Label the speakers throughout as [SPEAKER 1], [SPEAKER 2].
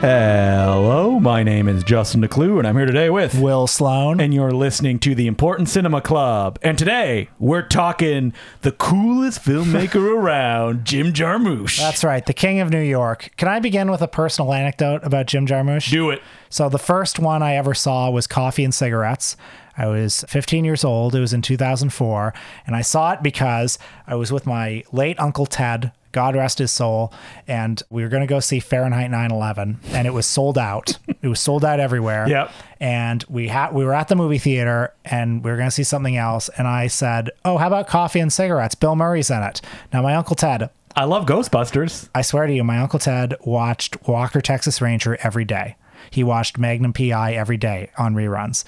[SPEAKER 1] Hello, my name is Justin DeClue, and I'm here today with.
[SPEAKER 2] Will Sloan.
[SPEAKER 1] And you're listening to the Important Cinema Club. And today, we're talking the coolest filmmaker around, Jim Jarmusch.
[SPEAKER 2] That's right, the king of New York. Can I begin with a personal anecdote about Jim Jarmusch?
[SPEAKER 1] Do it.
[SPEAKER 2] So the first one I ever saw was Coffee and Cigarettes. I was 15 years old. It was in 2004, and I saw it because I was with my late uncle Ted. God rest his soul. And we were going to go see Fahrenheit 9/11, and it was sold out. it was sold out everywhere.
[SPEAKER 1] Yep.
[SPEAKER 2] And we had we were at the movie theater, and we were going to see something else. And I said, "Oh, how about coffee and cigarettes? Bill Murray's in it." Now, my uncle Ted,
[SPEAKER 1] I love Ghostbusters.
[SPEAKER 2] I swear to you, my Uncle Ted watched Walker Texas Ranger every day. He watched Magnum PI every day on reruns.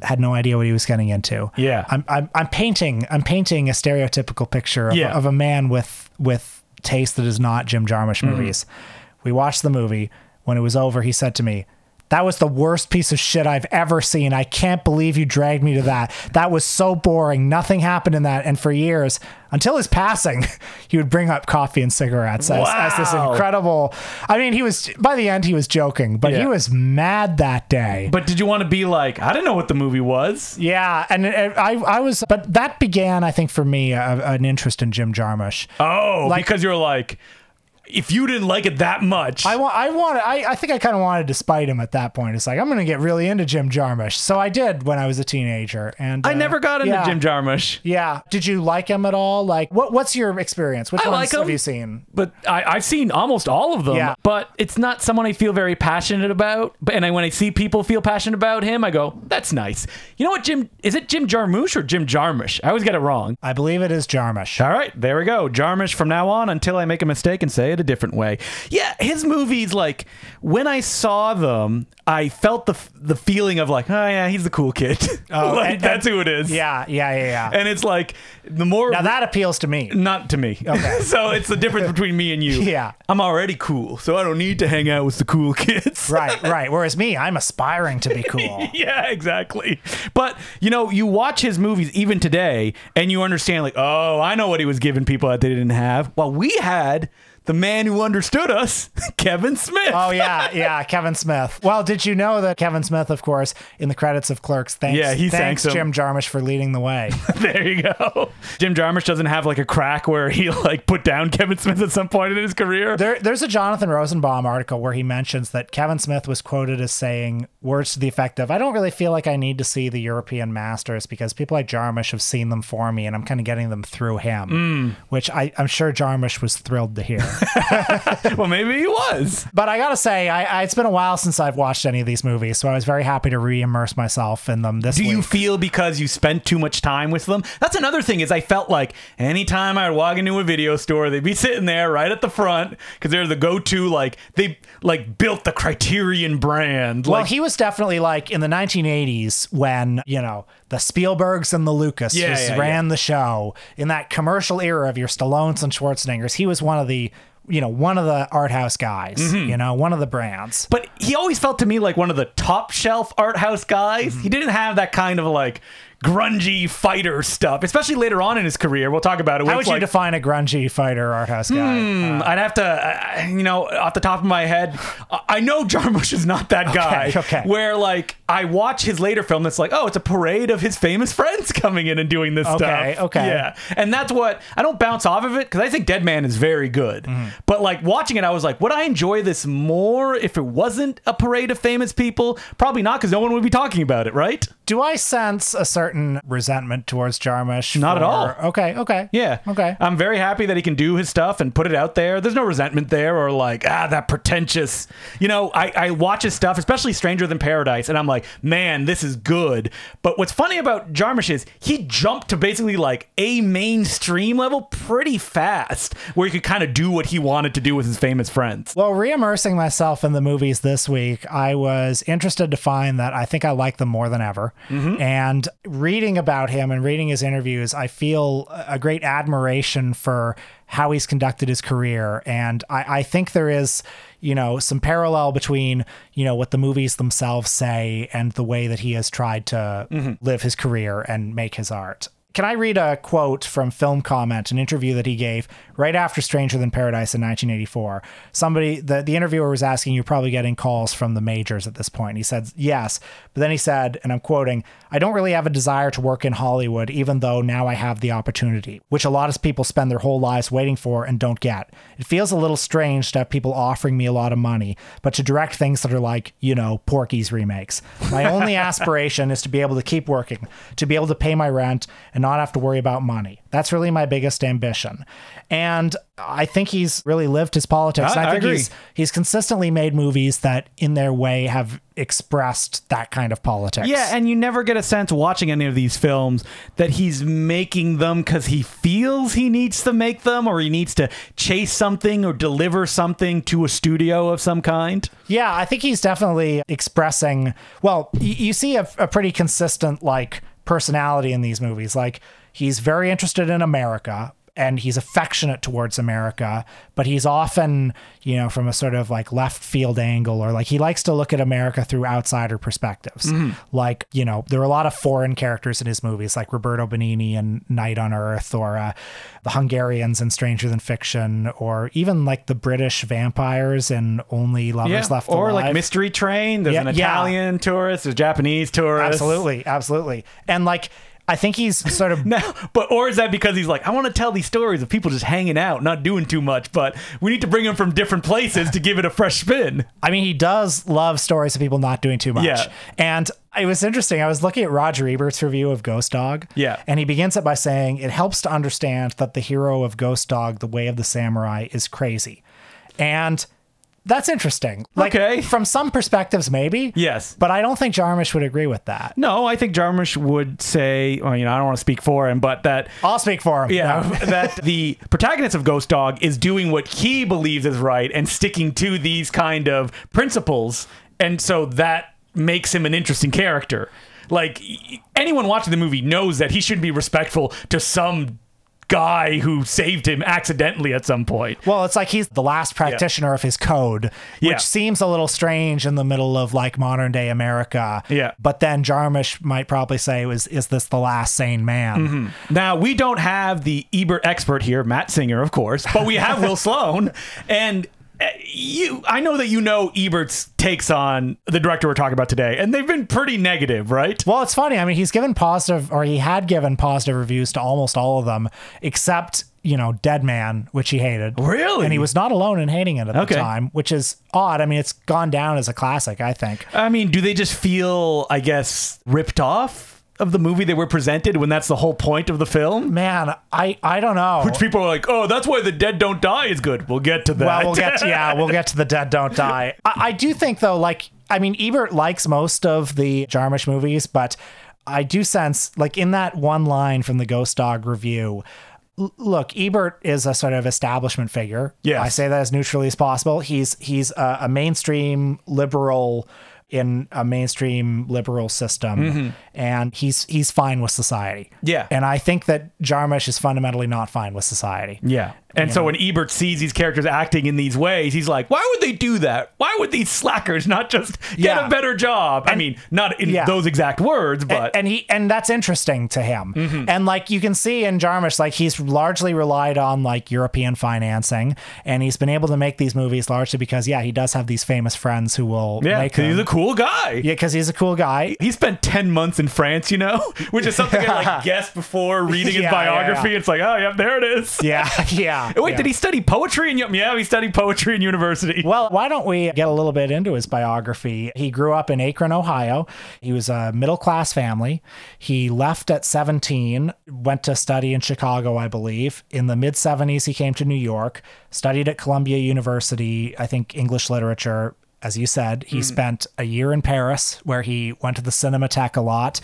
[SPEAKER 2] Had no idea what he was getting into.
[SPEAKER 1] Yeah.
[SPEAKER 2] I'm I'm, I'm painting I'm painting a stereotypical picture of,
[SPEAKER 1] Yeah.
[SPEAKER 2] of a man with with taste that is not Jim Jarmusch
[SPEAKER 1] Mm.
[SPEAKER 2] movies. We watched the movie. When it was over, he said to me, "That was the worst piece of shit I've ever seen. I can't believe you dragged me to that. That was so boring. Nothing happened in that." And for years, until his passing, he would bring up coffee and cigarettes as, as this
[SPEAKER 1] Wow.
[SPEAKER 2] incredible. I mean, he was by the end he was joking, but
[SPEAKER 1] Yeah.
[SPEAKER 2] he was mad that day.
[SPEAKER 1] But did you want to be like, I didn't know what the movie was?
[SPEAKER 2] Yeah, and it- I I was, but that began, I think, for me, a, an interest in Jim Jarmusch.
[SPEAKER 1] Oh,
[SPEAKER 2] Like-
[SPEAKER 1] because you're like, if you didn't like it that much,
[SPEAKER 2] I want, I wanted, I, I think I kind of wanted to spite him at that point. It's like I'm going to get really into Jim Jarmusch, so I did when I was a teenager, and
[SPEAKER 1] I
[SPEAKER 2] uh,
[SPEAKER 1] never got into
[SPEAKER 2] yeah.
[SPEAKER 1] Jim Jarmusch.
[SPEAKER 2] Yeah, did you like him at all? Like, what what's your experience? Which
[SPEAKER 1] I
[SPEAKER 2] ones
[SPEAKER 1] like
[SPEAKER 2] have
[SPEAKER 1] him.
[SPEAKER 2] you seen?
[SPEAKER 1] but I, I've seen almost all of them.
[SPEAKER 2] Yeah.
[SPEAKER 1] But it's not someone I feel very passionate about. But and I, when I see people feel passionate about him, I go, "That's nice." You know what, Jim? Is it Jim Jarmusch or Jim Jarmusch? I always get it wrong.
[SPEAKER 2] I believe it is Jarmusch.
[SPEAKER 1] All right, there we go. Jarmusch from now on until I make a mistake and say it a different way. Yeah, his movies like when I saw them, I felt the f- the feeling of like, "Oh yeah, he's the cool kid."
[SPEAKER 2] Oh,
[SPEAKER 1] like
[SPEAKER 2] and-
[SPEAKER 1] that's who it is.
[SPEAKER 2] Yeah, yeah, yeah, yeah.
[SPEAKER 1] And it's like the more
[SPEAKER 2] now that appeals to me.
[SPEAKER 1] not to me.
[SPEAKER 2] Okay.
[SPEAKER 1] so it's the difference between me and you.
[SPEAKER 2] Yeah.
[SPEAKER 1] I'm already cool, so I don't need to hang out with the cool kids.
[SPEAKER 2] right, right. Whereas me, I'm aspiring to be cool.
[SPEAKER 1] Yeah, exactly. But you know, you watch his movies even today, and you understand, like, oh, I know what he was giving people that they didn't have. Well, we had the man who understood us, Kevin Smith.
[SPEAKER 2] Oh yeah, yeah, Kevin Smith. Well, did you know that Kevin Smith, of course, in the credits of Clerks, thanks,
[SPEAKER 1] Yeah, he
[SPEAKER 2] thanks
[SPEAKER 1] thanks him.
[SPEAKER 2] Jim Jarmusch for leading the way.
[SPEAKER 1] there you go. Jim Jarmusch doesn't have like a crack where he like put down Kevin Smith at some point in his career.
[SPEAKER 2] There, there's a Jonathan Rosenbaum article where he mentions that Kevin Smith was quoted as saying words to the effect of, "I don't really feel like I need to see the European masters because people like Jarmusch have seen them for me, and I'm kind of getting them through him."
[SPEAKER 1] Mm.
[SPEAKER 2] Which I, I'm sure Jarmusch was thrilled to hear.
[SPEAKER 1] well, maybe he was.
[SPEAKER 2] but I gotta say, I, I, it's been a while since I've watched any of these movies, so I was very happy to re-immerse myself in them this
[SPEAKER 1] Do
[SPEAKER 2] week.
[SPEAKER 1] you feel because you spent too much time with them? That's another thing is I felt like anytime I would walk into a video store, they'd be sitting there right at the front because they're the go-to. Like they like built the Criterion brand.
[SPEAKER 2] Well,
[SPEAKER 1] like
[SPEAKER 2] he was definitely like in the 1980s when, you know, the Spielbergs and the Lucas
[SPEAKER 1] Yeah,
[SPEAKER 2] just
[SPEAKER 1] yeah,
[SPEAKER 2] ran the show in that commercial era of your Stallones and Schwarzeneggers. He was one of the, you know, one of the art house guys,
[SPEAKER 1] Mm-hmm.
[SPEAKER 2] you know, one of the brands.
[SPEAKER 1] but he always felt to me like one of the top shelf art house guys.
[SPEAKER 2] Mm-hmm.
[SPEAKER 1] He didn't have that kind of like grungy fighter stuff, especially later on in his career. We'll talk about it.
[SPEAKER 2] How
[SPEAKER 1] It's
[SPEAKER 2] would you
[SPEAKER 1] like-
[SPEAKER 2] define a grungy fighter art house guy?
[SPEAKER 1] Hmm, I'd have to, uh, you know, off the top of my head, I I know Jarmusch is not that guy.
[SPEAKER 2] okay.
[SPEAKER 1] Where like I watch his later film, that's like, oh, it's a parade of his famous friends coming in and doing this
[SPEAKER 2] Okay,
[SPEAKER 1] stuff.
[SPEAKER 2] okay.
[SPEAKER 1] Yeah, and that's what I don't bounce off of it because I think Dead Man is very good.
[SPEAKER 2] Mm-hmm.
[SPEAKER 1] But like watching it, I was like, would I enjoy this more if it wasn't a parade of famous people? Probably not, because no one would be talking about it, right?
[SPEAKER 2] Do I sense a certain resentment towards Jarmusch?
[SPEAKER 1] Not at all.
[SPEAKER 2] Okay, okay.
[SPEAKER 1] Yeah.
[SPEAKER 2] Okay.
[SPEAKER 1] I'm very happy that he can do his stuff and put it out there. There's no resentment there or like, ah, that pretentious. You know, I, I watch his stuff, especially Stranger Than Paradise, and I'm like, man, this is good. But what's funny about Jarmusch is he jumped to basically like a mainstream level pretty fast where he could kind of do what he wanted to do with his famous friends.
[SPEAKER 2] Um, Well, reimmersing myself in the movies this week, I was interested to find that I think I like them more than ever. And reading about him and reading his interviews, I feel a great admiration for how he's conducted his career. And I, I think there is, you know, some parallel between, you know, what the movies themselves say and the way that he has tried to live his career and make his art. Can I read a quote from Film Comment, an interview that he gave right after Stranger Than Paradise in 1984? Somebody, the, the interviewer was asking, You're probably getting calls from the majors at this point. And he said, Yes. But then he said, and I'm quoting, I don't really have a desire to work in Hollywood, even though now I have the opportunity, which a lot of people spend their whole lives waiting for and don't get. It feels a little strange to have people offering me a lot of money, but to direct things that are like, you know, Porky's remakes. My only aspiration is to be able to keep working, to be able to pay my rent and not have to worry about money. That's really my biggest ambition. And I think he's really lived his
[SPEAKER 1] I-
[SPEAKER 2] politics. And I,
[SPEAKER 1] I
[SPEAKER 2] think
[SPEAKER 1] agree.
[SPEAKER 2] he's he's consistently made movies that in their way have expressed that kind of politics.
[SPEAKER 1] Yeah, and you never get a sense watching any of these films that he's making them because he feels he needs to make them or he needs to chase something or deliver something to a studio of some kind.
[SPEAKER 2] Yeah, I think he's definitely expressing. Well, y- you see a, a pretty consistent like personality in these movies. Like he's very interested in America and he's affectionate towards America, but he's often, you know, from a sort of like left field angle or like he likes to look at America through outsider perspectives. Like, you know, there are a lot of foreign characters in his movies like Roberto Benigni in Night on Earth or uh, the Hungarians in Stranger Than Fiction or even like the British vampires in Only Love
[SPEAKER 1] Yeah.
[SPEAKER 2] Lovers Left
[SPEAKER 1] or
[SPEAKER 2] Alive.
[SPEAKER 1] like Mystery Train, there's
[SPEAKER 2] Yeah,
[SPEAKER 1] an
[SPEAKER 2] yeah.
[SPEAKER 1] Italian tourist, there's Japanese tourist.
[SPEAKER 2] absolutely, absolutely, and like I think he's sort of
[SPEAKER 1] No, but or is that because he's like, I want to tell these stories of people just hanging out, not doing too much, but we need to bring them from different places to give it a fresh spin.
[SPEAKER 2] I mean, he does love stories of people not doing too much.
[SPEAKER 1] Yeah.
[SPEAKER 2] And it was interesting. I was looking at Roger Ebert's review of Ghost Dog.
[SPEAKER 1] Yeah.
[SPEAKER 2] And he begins it by saying, It helps to understand that the hero of Ghost Dog, The Way of the Samurai, is crazy. And that's interesting. Like,
[SPEAKER 1] Okay.
[SPEAKER 2] From some perspectives, maybe.
[SPEAKER 1] Yes.
[SPEAKER 2] But I don't think Jarmusch would agree with that.
[SPEAKER 1] No, I think Jarmusch would say, well, you know, I don't want to speak for him, but that
[SPEAKER 2] I'll speak for him.
[SPEAKER 1] Yeah,
[SPEAKER 2] No.
[SPEAKER 1] that the protagonist of Ghost Dog is doing what he believes is right and sticking to these kind of principles, and so that makes him an interesting character. Like y- anyone watching the movie knows that he should be respectful to some guy who saved him accidentally at some point.
[SPEAKER 2] Well, it's like he's the last practitioner of his code, which
[SPEAKER 1] Yeah.
[SPEAKER 2] seems a little strange in the middle of like modern day America.
[SPEAKER 1] Yeah.
[SPEAKER 2] But then Jarmusch might probably say, "Is is this the last sane man?"
[SPEAKER 1] Mm-hmm. Now we don't have the Ebert expert here, Matt Singer, of course, but we have Will Sloan, and uh, you. I know that you know Ebert's takes on the director we're talking about today, and they've been pretty negative, right?
[SPEAKER 2] Well, it's funny. I mean, he's given positive, or he had given positive reviews to almost all of them, except you know Dead Man, which he hated.
[SPEAKER 1] Really?
[SPEAKER 2] And he was not alone in hating it at
[SPEAKER 1] Okay.
[SPEAKER 2] the time, which is odd. I mean, it's gone down as a classic, I think.
[SPEAKER 1] I mean, do they just feel, I guess, ripped off of the movie they were presented when that's the whole point of the film?
[SPEAKER 2] Man, I I don't know.
[SPEAKER 1] Which people are like, oh, that's why the dead don't die is good. We'll get to that.
[SPEAKER 2] Well, we'll get to, yeah, we'll get to the dead don't die. I, I do think though, like I mean, Ebert likes most of the Jarmusch movies, but I do sense like in that one line from the Ghost Dog review. l- Look, Ebert is a sort of establishment figure.
[SPEAKER 1] Yes.
[SPEAKER 2] I say that as neutrally as possible. He's he's a, a mainstream liberal in a mainstream liberal system, and he's he's fine with society.
[SPEAKER 1] Mm-hmm. Yeah.
[SPEAKER 2] and I think that Jarmusch is fundamentally not fine with society.
[SPEAKER 1] yeah. And so when Ebert sees these characters acting in these ways, he's like, why would they do that? Why would these slackers not just get
[SPEAKER 2] Yeah.
[SPEAKER 1] a better job? I mean, not in
[SPEAKER 2] yeah.
[SPEAKER 1] those exact words, but. Mm-hmm.
[SPEAKER 2] and he and that's interesting to him and like you can see in jarmusch like he's largely relied on like european financing and he's been able to make these movies largely because yeah he does have these famous friends who will
[SPEAKER 1] yeah,
[SPEAKER 2] make
[SPEAKER 1] 'cause
[SPEAKER 2] them
[SPEAKER 1] he's a cool guy.
[SPEAKER 2] yeah because he's a cool guy
[SPEAKER 1] He spent 10 months in France, you know, which is something I like guessed before reading his
[SPEAKER 2] Yeah, yeah, yeah.
[SPEAKER 1] biography. It's like, oh, yeah, there it is.
[SPEAKER 2] yeah yeah
[SPEAKER 1] Wait,
[SPEAKER 2] yeah.
[SPEAKER 1] did he study poetry in? Yeah, he studied poetry in university.
[SPEAKER 2] Well, why don't we get a little bit into his biography? He grew up in Akron, Ohio. He was a middle class family. He left at 17, went to study in Chicago, I believe. In the mid 70s, he came to New York, studied at Columbia University, I think English literature. As you said, he spent a year in Paris where he went to the Cinematheque a lot.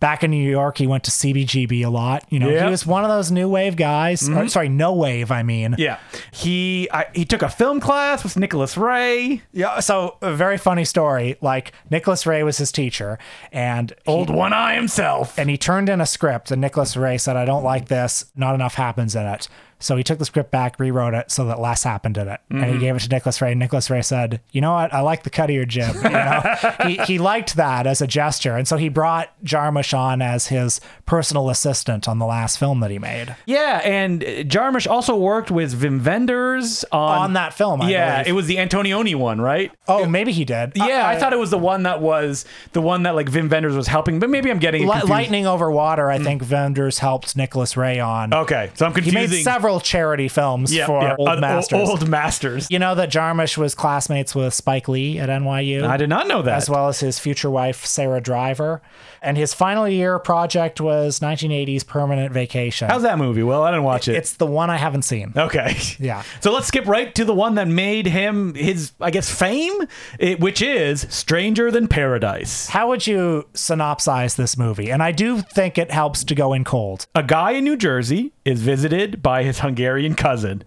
[SPEAKER 2] Back in New York, he went to CBGB a lot. You know,
[SPEAKER 1] Yeah.
[SPEAKER 2] he was one of those new wave guys. or, sorry, no wave, I mean.
[SPEAKER 1] Yeah, he I, he took a film class with Nicholas Ray.
[SPEAKER 2] Yeah, so a very funny story. Like Nicholas Ray was his teacher, and he-
[SPEAKER 1] Old One Eye himself.
[SPEAKER 2] and he turned in a script, and Nicholas Ray said, "I don't like this. Not enough happens in it." So he took the script back, rewrote it so that less happened in it, and
[SPEAKER 1] Mm-hmm.
[SPEAKER 2] he gave it to Nicholas Ray. Nicholas Ray said, "You know what? I like the cut of your jib." You know? he he liked that as a gesture, and so he brought Jarmusch on as his personal assistant on the last film that he made.
[SPEAKER 1] Yeah, and uh, Jarmusch also worked with Wim Wenders on,
[SPEAKER 2] On that film, I
[SPEAKER 1] Um, yeah,
[SPEAKER 2] believe.
[SPEAKER 1] it was the Antonioni one, right?
[SPEAKER 2] Oh, maybe he did. I-
[SPEAKER 1] yeah, Uh, I, thought it was the one that was the one that like Vim Vendors was helping, but maybe I'm getting it
[SPEAKER 2] Li-
[SPEAKER 1] confused. Mm.
[SPEAKER 2] Lightning Over Water, I think Vendors helped Nicholas Ray on.
[SPEAKER 1] Okay, so I'm
[SPEAKER 2] He
[SPEAKER 1] confusing.
[SPEAKER 2] made several charity films
[SPEAKER 1] Yeah,
[SPEAKER 2] for
[SPEAKER 1] yeah,
[SPEAKER 2] old
[SPEAKER 1] uh, o-
[SPEAKER 2] masters.
[SPEAKER 1] Old masters.
[SPEAKER 2] You know that Jarmusch was classmates with Spike Lee at NYU.
[SPEAKER 1] I did not know that.
[SPEAKER 2] as well as his future wife Sarah Driver, and his final year project was 1980s Permanent Vacation.
[SPEAKER 1] How's that movie? Well, I didn't watch it.
[SPEAKER 2] it's the one I haven't seen.
[SPEAKER 1] okay.
[SPEAKER 2] Yeah.
[SPEAKER 1] So let's skip right to the one that made him his, I guess, fame, it, which is Stranger Than Paradise.
[SPEAKER 2] How would you synopsize this movie? And I do think it helps to go in cold.
[SPEAKER 1] A guy in New Jersey is visited by his Hungarian cousin.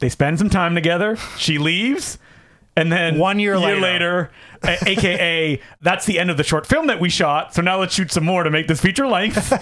[SPEAKER 1] They spend some time together. She leaves. And then
[SPEAKER 2] One year
[SPEAKER 1] later,
[SPEAKER 2] later.
[SPEAKER 1] a- aka that's the end of the short film that we shot. So now let's shoot some more to make this feature length.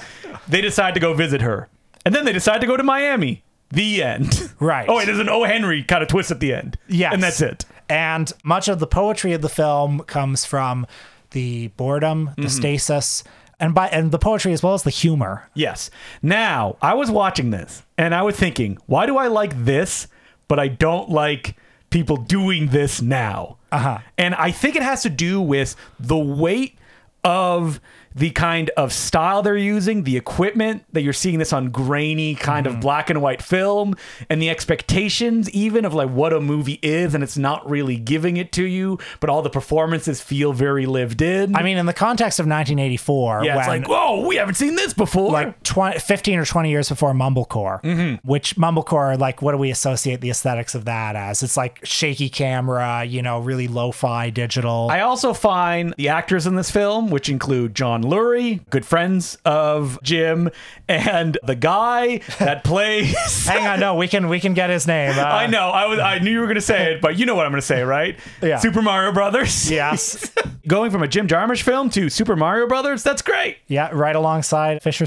[SPEAKER 1] they decide to go visit her, and then they decide to go to Miami. The end.
[SPEAKER 2] Right.
[SPEAKER 1] Oh, and there's an O. Henry kind of twist at the end.
[SPEAKER 2] Yes.
[SPEAKER 1] And that's it.
[SPEAKER 2] And much of the poetry of the film comes from the boredom,
[SPEAKER 1] Mm-hmm.
[SPEAKER 2] the stasis, and by and the poetry as well as the humor.
[SPEAKER 1] Yes. Now, I was watching this and I was thinking, why do I like this, but I don't like people doing this now?
[SPEAKER 2] Uh-huh.
[SPEAKER 1] And I think it has to do with the weight of the kind of style they're using, the equipment that you're seeing this on grainy kind of black and white film, and the expectations even of like what a movie is, and it's not really giving it to you, but all the performances feel very lived in.
[SPEAKER 2] I mean, in the context of 1984,
[SPEAKER 1] Mm-hmm. yeah, it's
[SPEAKER 2] when-
[SPEAKER 1] like, whoa, we haven't seen this before.
[SPEAKER 2] like 20, 15 or 20 years before mumblecore
[SPEAKER 1] Mm-hmm.
[SPEAKER 2] which mumblecore like what do we associate the aesthetics of that as it's like shaky camera you know really lo-fi digital
[SPEAKER 1] I also find the actors in this film, which include John Lurie, good friends of Jim, and the guy that plays.
[SPEAKER 2] hang on no we can we can get his name uh,
[SPEAKER 1] I know, I was, I knew you were going to say it, but you know what I'm going to say, right?
[SPEAKER 2] Yeah.
[SPEAKER 1] Super Mario Brothers.
[SPEAKER 2] yes
[SPEAKER 1] Going from a Jim Jarmusch film to Super Mario Brothers, that's great.
[SPEAKER 2] yeah right alongside fisher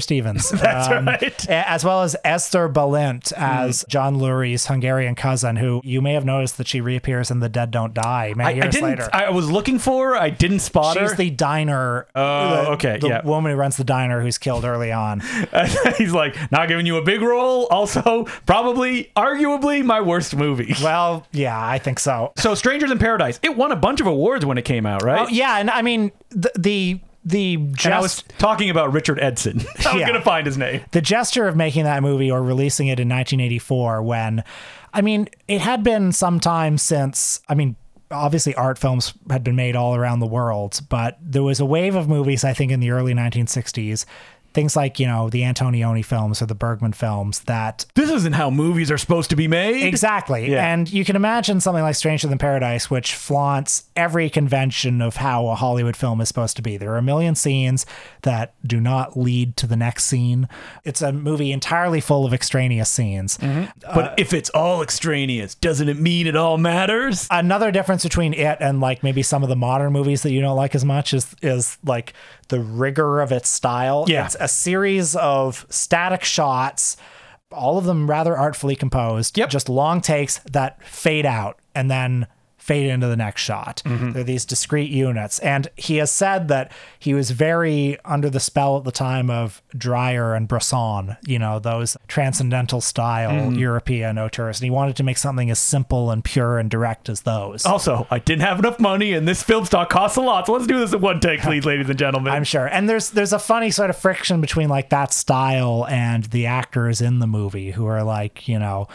[SPEAKER 2] stevens that's
[SPEAKER 1] right. Mm-hmm.
[SPEAKER 2] as well as esther balint as john lurie's hungarian cousin who you may have noticed that she reappears in the dead don't die
[SPEAKER 1] I,
[SPEAKER 2] many
[SPEAKER 1] I
[SPEAKER 2] years
[SPEAKER 1] didn't.
[SPEAKER 2] later
[SPEAKER 1] I was looking for her. I didn't spot
[SPEAKER 2] She's
[SPEAKER 1] her.
[SPEAKER 2] the diner.
[SPEAKER 1] Oh,
[SPEAKER 2] the-
[SPEAKER 1] okay,
[SPEAKER 2] The
[SPEAKER 1] yeah.
[SPEAKER 2] woman who runs the diner who's killed early on.
[SPEAKER 1] He's like not giving you a big role. Also, probably, arguably, my worst movie.
[SPEAKER 2] Well, yeah, I think so.
[SPEAKER 1] So, Strangers in Paradise. It won a bunch of awards when it came out, right?
[SPEAKER 2] Oh, yeah, and I mean the the the just
[SPEAKER 1] And I was talking about Richard Edson. I was
[SPEAKER 2] Yeah.
[SPEAKER 1] going to find his name.
[SPEAKER 2] the gesture of making that movie or releasing it in 1984 when I mean it had been some time since I mean obviously art films had been made all around the world but there was a wave of movies I think in the early 1960s things like you know the Antonioni films or the Bergman films that
[SPEAKER 1] This isn't how movies are supposed to be made.
[SPEAKER 2] Exactly.
[SPEAKER 1] Yeah.
[SPEAKER 2] And you can imagine something like Stranger Than Paradise, which flaunts every convention of how a Hollywood film is supposed to be. There are a million scenes that do not lead to the next scene. It's a movie entirely full of extraneous scenes.
[SPEAKER 1] But if it's all extraneous, doesn't it mean it all matters?
[SPEAKER 2] Another difference between it and like maybe some of the modern movies that you don't like as much is is like the rigor of its style.
[SPEAKER 1] Yeah.
[SPEAKER 2] It's a series of static shots, all of them rather artfully composed.
[SPEAKER 1] Yep.
[SPEAKER 2] Just long takes that fade out and then fade into the next shot. They're these discrete units. And he has said that he was very under the spell at the time of Dreyer and Bresson, you know, those transcendental style European auteurs. And he wanted to make something as simple and pure and direct as those.
[SPEAKER 1] Also, I didn't have enough money, and this film stock costs a lot. So let's do this in one take, please, ladies and gentlemen.
[SPEAKER 2] I'm sure. And there's there's a funny sort of friction between like that style and the actors in the movie who are like, you know,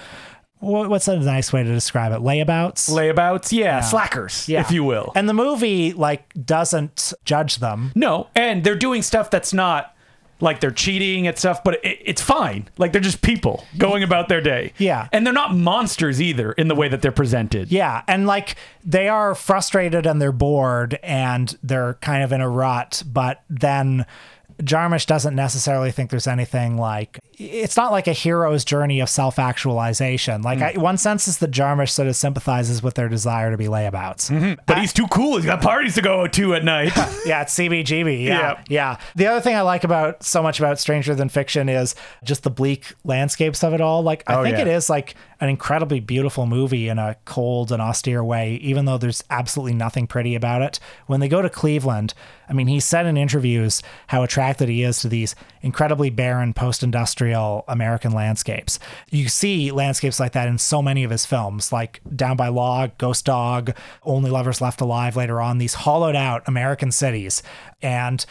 [SPEAKER 2] wha- what's a nice way to describe it? Layabouts.
[SPEAKER 1] Layabouts, yeah, slackers,
[SPEAKER 2] Yeah.
[SPEAKER 1] if you will.
[SPEAKER 2] and the movie like doesn't judge them.
[SPEAKER 1] no, and they're doing stuff that's not like they're cheating at stuff, but it, it's fine. Like they're just people going about their day.
[SPEAKER 2] Yeah.
[SPEAKER 1] and they're not monsters either in the way that they're presented.
[SPEAKER 2] Yeah, and like they are frustrated and they're bored and they're kind of in a rut, but then Jarmusch doesn't necessarily think there's anything like it's not like a hero's journey of self actualization. Like,
[SPEAKER 1] Mm.
[SPEAKER 2] I, one senses that Jarmusch sort of sympathizes with their desire to be layabouts.
[SPEAKER 1] But he's too cool. He's got parties to go to at night.
[SPEAKER 2] Yeah, it's CBGB. Yeah,
[SPEAKER 1] Yeah.
[SPEAKER 2] yeah. The other thing I like about so much about Stranger Than Fiction is just the bleak landscapes of it all. Like, I
[SPEAKER 1] Oh,
[SPEAKER 2] think
[SPEAKER 1] yeah.
[SPEAKER 2] it is like an incredibly beautiful movie in a cold and austere way, even though there's absolutely nothing pretty about it. When they go to Cleveland, I mean, he said in interviews how attracted he is to these incredibly barren post industrial American landscapes. You see landscapes like that in so many of his films, like Down by Law, Ghost Dog, Only Lovers Left Alive later on, these hollowed out American cities. And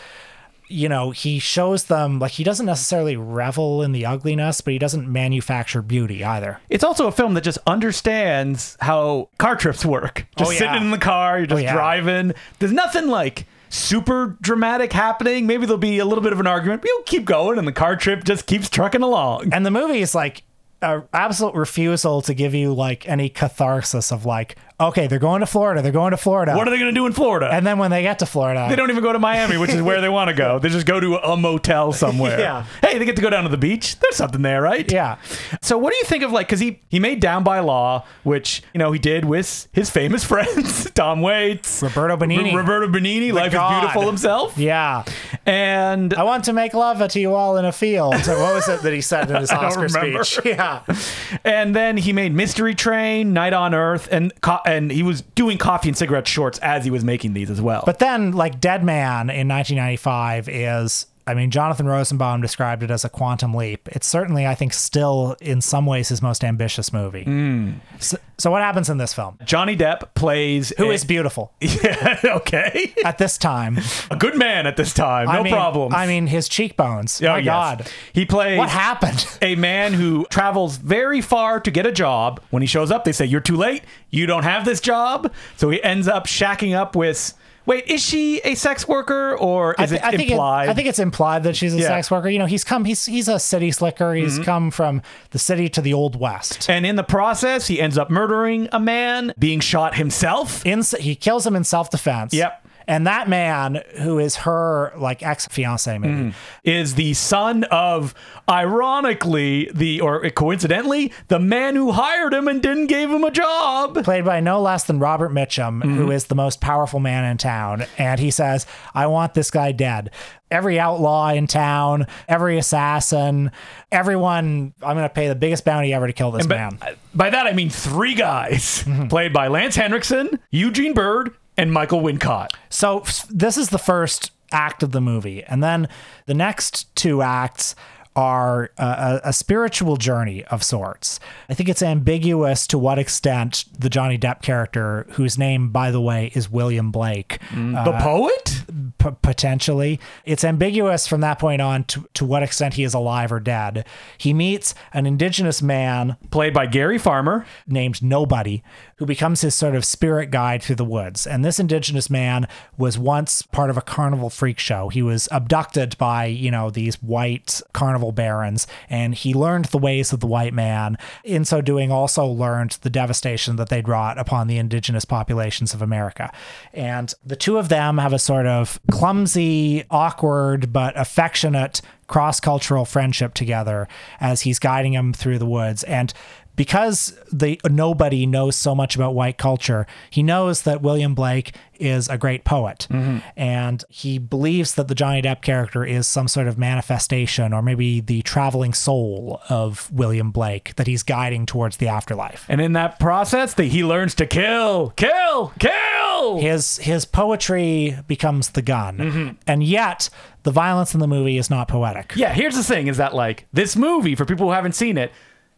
[SPEAKER 2] you know, he shows them like he doesn't necessarily revel in the ugliness, but he doesn't manufacture beauty either.
[SPEAKER 1] It's also a film that just understands how car trips work. Just
[SPEAKER 2] Oh, yeah. Oh,
[SPEAKER 1] sitting in the car, you're just
[SPEAKER 2] yeah.
[SPEAKER 1] driving. There's nothing like super dramatic happening. Maybe there'll be a little bit of an argument, but you'll keep going, and the car trip just keeps trucking along.
[SPEAKER 2] And the movie is like a absolute refusal to give you like any catharsis of like, okay, they're going to Florida, they're going to Florida.
[SPEAKER 1] What are they going to do in Florida?
[SPEAKER 2] and then when they get to Florida,
[SPEAKER 1] they don't even go to Miami, which is where they want to go. They just go to a motel somewhere.
[SPEAKER 2] Yeah.
[SPEAKER 1] Hey, they get to go down to the beach. There's something there, right?
[SPEAKER 2] yeah.
[SPEAKER 1] So what do you think of like because he he made Down by Law, which you know he did with his famous friends Tom Waits,
[SPEAKER 2] Roberto Benigni.
[SPEAKER 1] R- Roberto Benigni, Life
[SPEAKER 2] God.
[SPEAKER 1] is Beautiful himself,
[SPEAKER 2] Yeah.
[SPEAKER 1] and
[SPEAKER 2] I want to make love to you all in a field. So what was it that he said in his
[SPEAKER 1] don't
[SPEAKER 2] Oscar
[SPEAKER 1] remember.
[SPEAKER 2] speech? Yeah.
[SPEAKER 1] and then he made Mystery Train, Night on Earth, and co- and he was doing coffee and cigarette shorts as he was making these as well.
[SPEAKER 2] But then, like Dead Man in 1995 is, I mean, Jonathan Rosenbaum described it as a quantum leap. It's certainly, I think, still in some ways his most ambitious movie.
[SPEAKER 1] Hmm.
[SPEAKER 2] So, so what happens in this film?
[SPEAKER 1] Johnny Depp plays
[SPEAKER 2] Who is beautiful
[SPEAKER 1] yeah okay
[SPEAKER 2] at this time?
[SPEAKER 1] a good man at this time, no
[SPEAKER 2] I mean,
[SPEAKER 1] problem.
[SPEAKER 2] I mean, his cheekbones.
[SPEAKER 1] Oh,
[SPEAKER 2] My
[SPEAKER 1] yes.
[SPEAKER 2] God,
[SPEAKER 1] he plays
[SPEAKER 2] what happened?
[SPEAKER 1] a man who travels very far to get a job. When he shows up, they say, You're too late. You don't have this job. So he ends up shacking up with. Wait, is she a sex worker or is
[SPEAKER 2] thi-
[SPEAKER 1] it
[SPEAKER 2] think
[SPEAKER 1] implied?
[SPEAKER 2] I think it's implied that she's a
[SPEAKER 1] Yeah. Mm-hmm.
[SPEAKER 2] sex worker. You know, he's come. He's he's a city slicker. He's come from the city to the old west.
[SPEAKER 1] and in the process, he ends up murdering a man, being shot himself.
[SPEAKER 2] in he kills him in self defense.
[SPEAKER 1] Yep.
[SPEAKER 2] And that man who is her like ex fiance maybe
[SPEAKER 1] Mm-hmm. Is the son of, ironically, the or coincidentally, the man who hired him and didn't give him a job.
[SPEAKER 2] played by no less than Robert Mitchum
[SPEAKER 1] Mm-hmm.
[SPEAKER 2] who is the most powerful man in town and he says I want this guy dead. Every outlaw in town, every assassin, everyone I'm going to pay the biggest bounty ever to kill this man.
[SPEAKER 1] But by that I mean three guys, played by Lance Henriksen, Eugene Bird, and Michael Wincott.
[SPEAKER 2] So f- this is the first act of the movie, and then the next two acts are uh, a, a spiritual journey of sorts. I think it's ambiguous to what extent the Johnny Depp character, whose name, by the way, is William Blake, uh,
[SPEAKER 1] The poet?
[SPEAKER 2] p- potentially, it's ambiguous from that point on to, to what extent he is alive or dead. He meets an indigenous man
[SPEAKER 1] played by Gary Farmer.
[SPEAKER 2] named Nobody, who becomes his sort of spirit guide through the woods. And this indigenous man was once part of a carnival freak show. He was abducted by, you know, these white carnival barons, and he learned the ways of the white man. In so doing, also learned the devastation that they'd wrought upon the indigenous populations of America. And the two of them have a sort of clumsy, awkward, but affectionate cross cultural friendship together as he's guiding him through the woods. And because the nobody knows so much about white culture, he knows that William Blake is a great poet, and he believes that the Johnny Depp character is some sort of manifestation, or maybe the traveling soul of William Blake that he's guiding towards the afterlife.
[SPEAKER 1] And in that process, that he learns to kill, kill, kill.
[SPEAKER 2] His his poetry becomes the gun, and yet the violence in the movie is not poetic.
[SPEAKER 1] Yeah, here's the thing is that, like, this movie, for people who haven't seen it,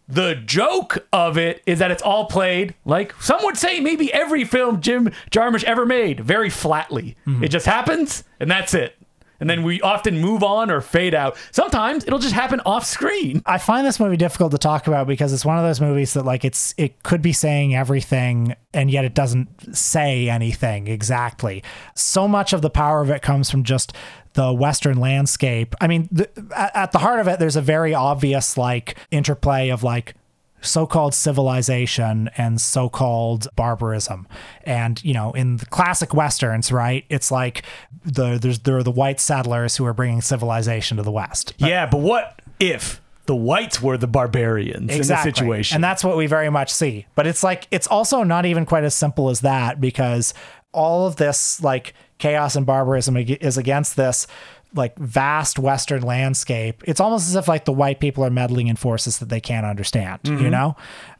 [SPEAKER 1] the joke of it is that it's all played, like some would say, maybe every film Jim Jarmusch ever made, very flatly. It just happens, and that's it. And then we often move on or fade out. Sometimes it'll just happen off screen.
[SPEAKER 2] I find this movie difficult to talk about because it's one of those movies that like it's it could be saying everything and yet it doesn't say anything exactly. So much of the power of it comes from just the western landscape. I mean, the, at at the heart of it there's a very obvious like interplay of like so-called civilization and so-called barbarism and you know in the classic westerns right it's like the there's there are the white settlers who are bringing civilization to the west
[SPEAKER 1] yeah, but what if the whites were the barbarians in the situation?
[SPEAKER 2] and that's what we very much see. But it's like it's also not even quite as simple as that because all of this like chaos and barbarism ag- is against this like vast western landscape. It's almost as if like the white people are meddling in forces that they can't understand, you know?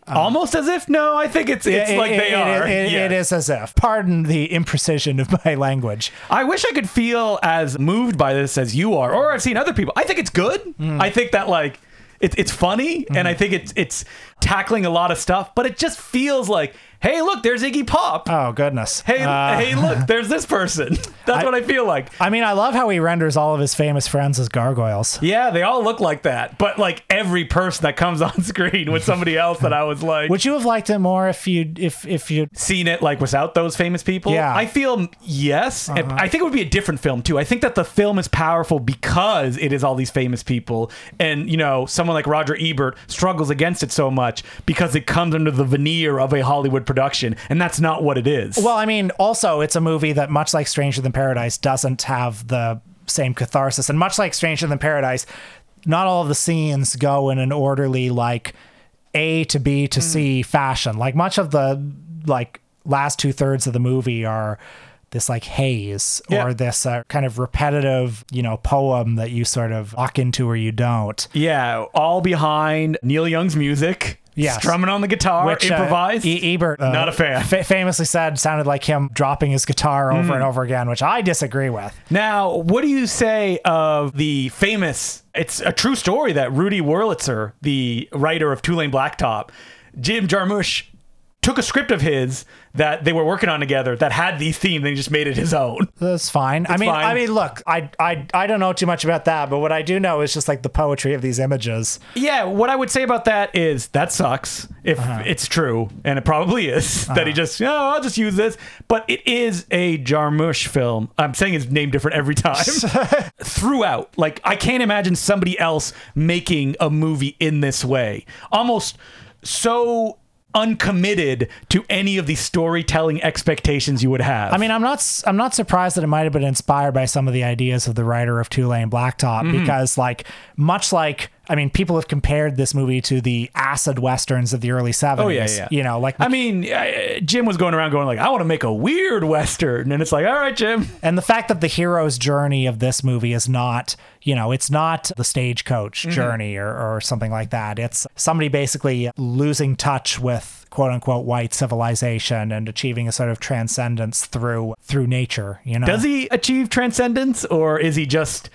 [SPEAKER 1] Almost as if no, I think Mm-hmm. it's it's
[SPEAKER 2] uh, It-
[SPEAKER 1] like
[SPEAKER 2] it-
[SPEAKER 1] they
[SPEAKER 2] it-
[SPEAKER 1] are.
[SPEAKER 2] it-
[SPEAKER 1] Yeah.
[SPEAKER 2] it is as if. Pardon the imprecision of my language.
[SPEAKER 1] I wish I could feel as moved by this as you are, or I've seen other people. I think it's good. I think that like it's it's funny, and I think it's it's tackling a lot of stuff, but it just feels like, hey, look, there's Iggy Pop.
[SPEAKER 2] Oh goodness.
[SPEAKER 1] hey,
[SPEAKER 2] Uh,
[SPEAKER 1] hey, look, there's this person. That's what I feel like.
[SPEAKER 2] I mean, I love how he renders all of his famous friends as gargoyles.
[SPEAKER 1] Yeah, they all look like that, but like every person that comes on screen with somebody else that I was like.
[SPEAKER 2] Would you have liked it more if you if if you
[SPEAKER 1] seen it like without those famous people.
[SPEAKER 2] Yeah. Uh-huh.
[SPEAKER 1] I feel yes. And I think it would be a different film too. I think that the film is powerful because it is all these famous people, and you know, someone like Roger Ebert struggles against it so much because it comes under the veneer of a Hollywood production, and that's not what it is.
[SPEAKER 2] Well, I mean, also it's a movie that, much like Stranger Than Paradise, doesn't have the same catharsis, and much like Stranger Than Paradise, not all of the scenes go in an orderly like A to B to C
[SPEAKER 1] Mm.
[SPEAKER 2] fashion. Like much of the like last two thirds of the movie are this like haze
[SPEAKER 1] Yeah.
[SPEAKER 2] or this uh, kind of repetitive you know poem that you sort of walk into or you don't
[SPEAKER 1] yeah, all behind Neil Young's music.
[SPEAKER 2] Yes.
[SPEAKER 1] strumming on the guitar,
[SPEAKER 2] which uh,
[SPEAKER 1] improvised.
[SPEAKER 2] E- ebert uh,
[SPEAKER 1] Not a fan. Mm.
[SPEAKER 2] fa- famously said sounded like him dropping his guitar over and over again which i disagree with
[SPEAKER 1] Now, what do you say of the famous? It's a true story that Rudy Wurlitzer, the writer of Tulane Blacktop, Jim Jarmusch took a script of his that they were working on together that had these themes and he just made it his own.
[SPEAKER 2] That's fine. I mean,
[SPEAKER 1] fine.
[SPEAKER 2] I mean, look, I, I, I don't know too much about that, but what I do know is just like the poetry of these images.
[SPEAKER 1] Yeah, what I would say about that is that sucks if
[SPEAKER 2] Uh-huh.
[SPEAKER 1] it's true, and it probably is that he just, oh, I'll just use this. But it is a Jarmusch film. I'm saying his name different every time. Throughout, like I can't imagine somebody else making a movie in this way. Almost so uncommitted to any of the storytelling expectations you would have.
[SPEAKER 2] I mean, I'm not, s- I'm not surprised that it might have been inspired by some of the ideas of the writer of Tulane Blacktop,
[SPEAKER 1] Mm-hmm.
[SPEAKER 2] because like, much like, I mean, people have compared this movie to the acid westerns of the early '70s.
[SPEAKER 1] Oh, yeah, yeah.
[SPEAKER 2] You know, like,
[SPEAKER 1] I mean, uh, Jim was going around going like, "I want to make a weird western," and it's like, "All right, Jim,
[SPEAKER 2] and the fact that the hero's journey of this movie is not, you know, it's not the stagecoach
[SPEAKER 1] Mm-hmm.
[SPEAKER 2] journey or, or something like that. It's somebody basically losing touch with quote unquote white civilization and achieving a sort of transcendence through through nature, you know.
[SPEAKER 1] Does he achieve transcendence or is he just,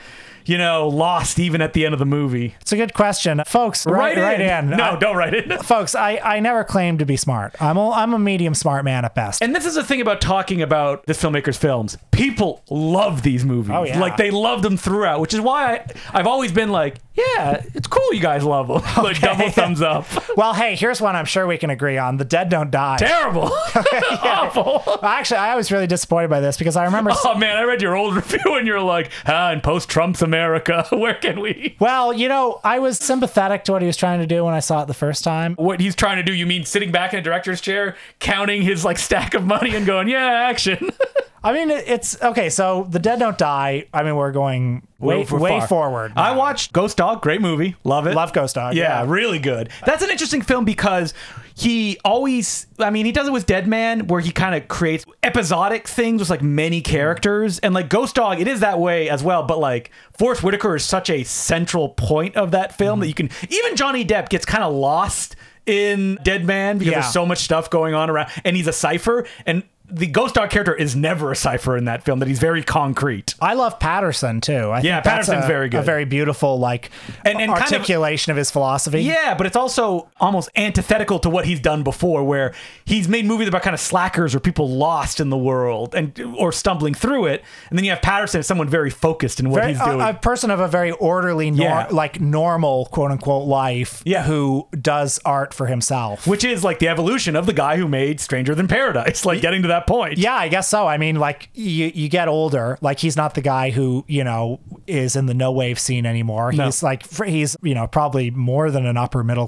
[SPEAKER 1] you know, lost even at the end of the movie?
[SPEAKER 2] it's a good question. Folks, right, right in.
[SPEAKER 1] No,
[SPEAKER 2] I-
[SPEAKER 1] don't write in.
[SPEAKER 2] folks, I, I never claim to be smart. I'm a, I'm a medium smart man at best.
[SPEAKER 1] And this is the thing about talking about this filmmaker's films. People love these movies.
[SPEAKER 2] Oh, yeah.
[SPEAKER 1] Like they love them throughout, which is why I, I've always been like, yeah, it's cool you guys love them. like double thumbs up.
[SPEAKER 2] well, hey, here's one I'm sure we can agree on. The dead don't die.
[SPEAKER 1] Terrible. Awful.
[SPEAKER 2] Actually, I was really disappointed by this because I remember
[SPEAKER 1] Oh man, I read your old review and you're like, ah, in post Trump's America, where can we?
[SPEAKER 2] Well, you know, I was sympathetic to what he was trying to do when I saw it the first time.
[SPEAKER 1] What he's trying to do, you mean sitting back in a director's chair, counting his like stack of money and going, yeah, action.
[SPEAKER 2] I mean, it- it's okay. So the dead don't die. I mean, we're going way,
[SPEAKER 1] We're
[SPEAKER 2] way
[SPEAKER 1] far.
[SPEAKER 2] forward.
[SPEAKER 1] I watched Ghost Dog, great movie, love it.
[SPEAKER 2] Love Ghost Dog,
[SPEAKER 1] Yeah,
[SPEAKER 2] yeah.
[SPEAKER 1] really good. That's an interesting film because he always, I mean, he does it with Dead Man, where he kind of creates episodic things with like many characters, and like Ghost Dog, it is that way as well. But like Forrest Whitaker is such a central point of that film
[SPEAKER 2] Mm-hmm.
[SPEAKER 1] that you can even Johnny Depp gets kind of lost in Dead Man because
[SPEAKER 2] Yeah.
[SPEAKER 1] there's so much stuff going on around, and he's a cipher and. The Ghost Dog character is never a cipher in that film; that he's very concrete.
[SPEAKER 2] I love Patterson too. I
[SPEAKER 1] Yeah,
[SPEAKER 2] think that's
[SPEAKER 1] Patterson's
[SPEAKER 2] a,
[SPEAKER 1] very good.
[SPEAKER 2] A very beautiful like
[SPEAKER 1] And- and kind of-
[SPEAKER 2] articulation of, his philosophy.
[SPEAKER 1] Yeah, but it's also almost antithetical to what he's done before, where he's made movies about kind of slackers or people lost in the world and or stumbling through it. And then you have Patterson as someone very focused in what
[SPEAKER 2] Very- uh,
[SPEAKER 1] he's
[SPEAKER 2] a-
[SPEAKER 1] doing.
[SPEAKER 2] A, person of a very orderly, nor-
[SPEAKER 1] Yeah.
[SPEAKER 2] like normal, quote unquote, life.
[SPEAKER 1] Yeah.
[SPEAKER 2] who does art for himself.
[SPEAKER 1] which is like the evolution of the guy who made Stranger Than Paradise, like getting to that that point.
[SPEAKER 2] Yeah, I guess so. I mean, like you you get older. Like he's not the guy who you know is in the no wave scene anymore. He's like fr- he's you know probably more than an upper middle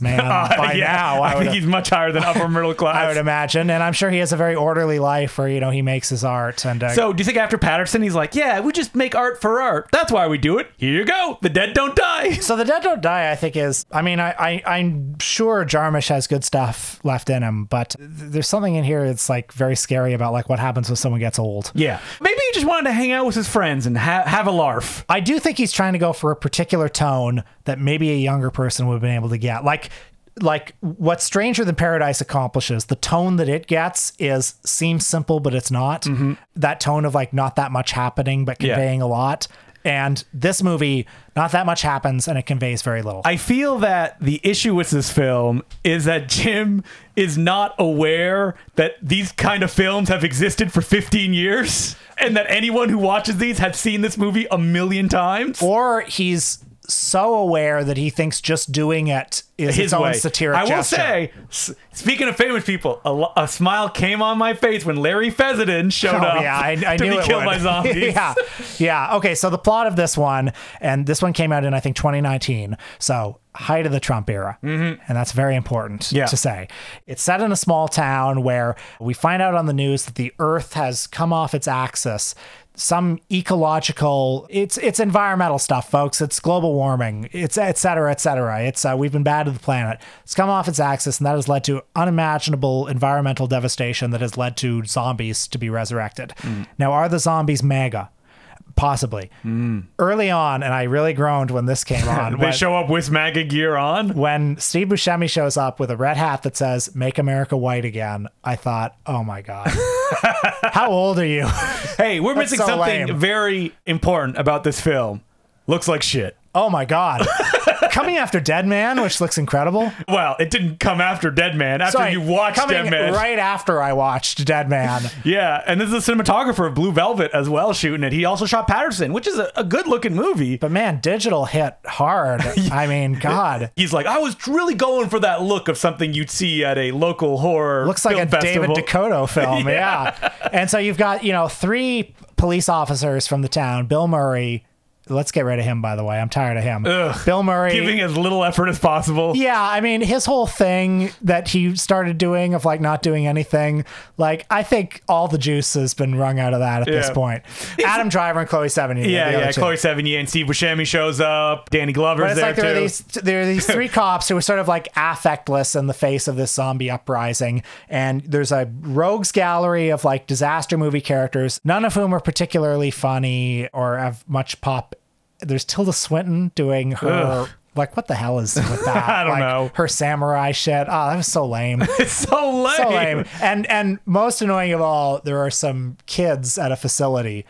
[SPEAKER 2] man by
[SPEAKER 1] Uh, yeah,
[SPEAKER 2] now. I,
[SPEAKER 1] I,
[SPEAKER 2] would
[SPEAKER 1] think he's much higher than upper middle class.
[SPEAKER 2] I would imagine, and I'm sure he has a very orderly life where you know he makes his art and uh,
[SPEAKER 1] So do you think after Patterson, he's like, yeah, we just make art for art. That's why we do it. Here you go. The dead don't die.
[SPEAKER 2] So the dead don't die. I think is. I mean, I, I I'm sure Jarmusch has good stuff left in him, but th- there's something in here that's like very scary about like what happens when someone gets old.
[SPEAKER 1] Yeah. Maybe he just wanted to hang out with his friends and ha- have a larf.
[SPEAKER 2] I do think he's trying to go for a particular tone that maybe a younger person would have been able to get. Like like what Stranger Than Paradise accomplishes, the tone that it gets is seems simple, but it's not. That tone of like not that much happening, but
[SPEAKER 1] Mm-hmm. Yeah.
[SPEAKER 2] conveying a lot. And this movie, not that much happens and it conveys very little.
[SPEAKER 1] I feel that the issue with this film is that Jim is not aware that these kind of films have existed for 15 years and that anyone who watches these have seen this movie a million times.
[SPEAKER 2] or he's so aware that he thinks just doing it is his,
[SPEAKER 1] his
[SPEAKER 2] own
[SPEAKER 1] way.
[SPEAKER 2] satiric
[SPEAKER 1] I will
[SPEAKER 2] gesture.
[SPEAKER 1] say, s- speaking of famous people, a, lo- a smile came on my face when Larry Fessenden showed
[SPEAKER 2] Oh,
[SPEAKER 1] up
[SPEAKER 2] yeah, I, I
[SPEAKER 1] to
[SPEAKER 2] knew
[SPEAKER 1] be
[SPEAKER 2] it
[SPEAKER 1] killed
[SPEAKER 2] would.
[SPEAKER 1] by zombies.
[SPEAKER 2] yeah, yeah. Okay, so the plot of this one, and this one came out in I think 2019, so height of the Trump era, and that's very important
[SPEAKER 1] Mm-hmm. Yeah.
[SPEAKER 2] to say. It's set in a small town where we find out on the news that the Earth has come off its axis. Some ecological, it's it's environmental stuff, folks. It's global warming. It's et cetera, et cetera. It's uh, we've been bad to the planet. It's come off its axis, and that has led to unimaginable environmental devastation that has led to zombies to be resurrected. Now, are the zombies MAGA? Possibly. Early on, and I really groaned when this came on.
[SPEAKER 1] They
[SPEAKER 2] when-
[SPEAKER 1] show up with MAGA gear on.
[SPEAKER 2] when Steve Buscemi shows up with a red hat that says "Make America White Again," I thought, "Oh my god, how old are you?"
[SPEAKER 1] Hey, we're missing
[SPEAKER 2] so
[SPEAKER 1] something
[SPEAKER 2] lame.
[SPEAKER 1] very important about this film. Looks like shit.
[SPEAKER 2] oh my god, coming after Dead Man, which looks incredible.
[SPEAKER 1] Well, it didn't come after Dead Man. After
[SPEAKER 2] Sorry,
[SPEAKER 1] you watched
[SPEAKER 2] coming
[SPEAKER 1] Dead Man.
[SPEAKER 2] right after I watched Dead Man.
[SPEAKER 1] Yeah, and this is a cinematographer of Blue Velvet as well shooting it. He also shot Patterson, which is a, a good looking movie.
[SPEAKER 2] But man, digital hit hard. I mean, God.
[SPEAKER 1] He's like, I was really going for that look of something you'd see at a local horror.
[SPEAKER 2] Looks like
[SPEAKER 1] film
[SPEAKER 2] a
[SPEAKER 1] festival.
[SPEAKER 2] David Dakota film, yeah. And so you've got, you know, three police officers from the town. Bill Murray, let's get rid of him, by the way. I'm tired of him. Bill Murray
[SPEAKER 1] giving as little effort as possible.
[SPEAKER 2] Yeah, I mean, his whole thing that he started doing of like not doing anything, like I think all the juice has been wrung out of that at this
[SPEAKER 1] Yeah.
[SPEAKER 2] point. Adam Driver and Chloe Sevigny. are
[SPEAKER 1] Yeah,
[SPEAKER 2] the other
[SPEAKER 1] yeah.
[SPEAKER 2] two.
[SPEAKER 1] Chloe Sevigny and Steve Buscemi shows up. Danny
[SPEAKER 2] But
[SPEAKER 1] Glover's
[SPEAKER 2] it's
[SPEAKER 1] there
[SPEAKER 2] like there are
[SPEAKER 1] too.
[SPEAKER 2] these there are these three cops who are sort of like affectless in the face of this zombie uprising, and there's a rogues gallery of like disaster movie characters, none of whom are particularly funny or have much pop. There's Tilda Swinton doing her. Like what the hell is with that?
[SPEAKER 1] I don't
[SPEAKER 2] Like,
[SPEAKER 1] know.
[SPEAKER 2] Her samurai shit. Oh, that was so lame.
[SPEAKER 1] It's so lame.
[SPEAKER 2] so lame. And and most annoying of all, there are some kids at a facility,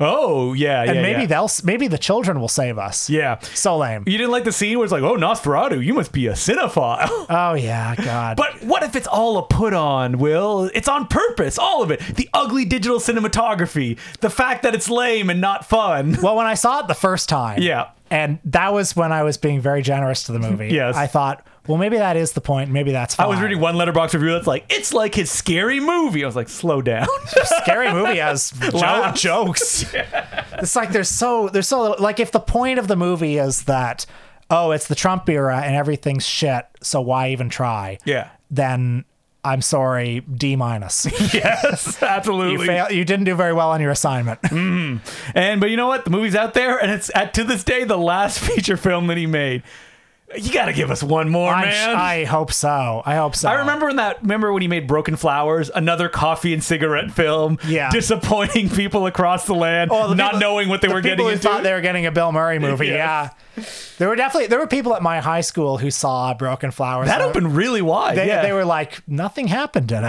[SPEAKER 1] Oh yeah, yeah.
[SPEAKER 2] and maybe
[SPEAKER 1] yeah.
[SPEAKER 2] they'll s- maybe the children will save us.
[SPEAKER 1] Yeah.
[SPEAKER 2] So lame.
[SPEAKER 1] You didn't like the scene where it's like, oh Nosferatu, you must be a cinephile.
[SPEAKER 2] Oh yeah, God.
[SPEAKER 1] But what if it's all a put on, Will? It's on purpose, all of it. The ugly digital cinematography, the fact that it's lame and not fun.
[SPEAKER 2] well, when I saw it the first time,
[SPEAKER 1] Yeah.
[SPEAKER 2] and that was when I was being very generous to the movie.
[SPEAKER 1] Yes.
[SPEAKER 2] I thought, well, maybe that is the point. Maybe that's. Fine.
[SPEAKER 1] I was reading one letterbox review that's like, it's like his scary movie. I was like, slow down.
[SPEAKER 2] scary movie has jo-
[SPEAKER 1] Laughs.
[SPEAKER 2] jokes. It's like there's so there's so little, like if the point of the movie is that oh it's the Trump era and everything's shit, so why even try?
[SPEAKER 1] yeah.
[SPEAKER 2] Then I'm sorry, D minus.
[SPEAKER 1] Yes,
[SPEAKER 2] you
[SPEAKER 1] absolutely.
[SPEAKER 2] fail. You didn't do very well on your assignment.
[SPEAKER 1] And but you know what? The movie's out there, and it's at to this day the last feature film that he made. You got to give us one more,
[SPEAKER 2] I'm sh-
[SPEAKER 1] man.
[SPEAKER 2] I hope so. I hope so.
[SPEAKER 1] I remember in that. Remember when he made Broken Flowers, another coffee and cigarette film,
[SPEAKER 2] Yeah.
[SPEAKER 1] disappointing people across the land,
[SPEAKER 2] Oh, the
[SPEAKER 1] not
[SPEAKER 2] people-
[SPEAKER 1] knowing what they
[SPEAKER 2] the
[SPEAKER 1] were
[SPEAKER 2] people
[SPEAKER 1] getting
[SPEAKER 2] who
[SPEAKER 1] into.
[SPEAKER 2] thought they were getting a Bill Murray movie.
[SPEAKER 1] Yes.
[SPEAKER 2] Yeah, there were definitely there were people at my high school who saw Broken Flowers.
[SPEAKER 1] that
[SPEAKER 2] and
[SPEAKER 1] opened really wide.
[SPEAKER 2] They,
[SPEAKER 1] yeah,
[SPEAKER 2] they were like, nothing happened in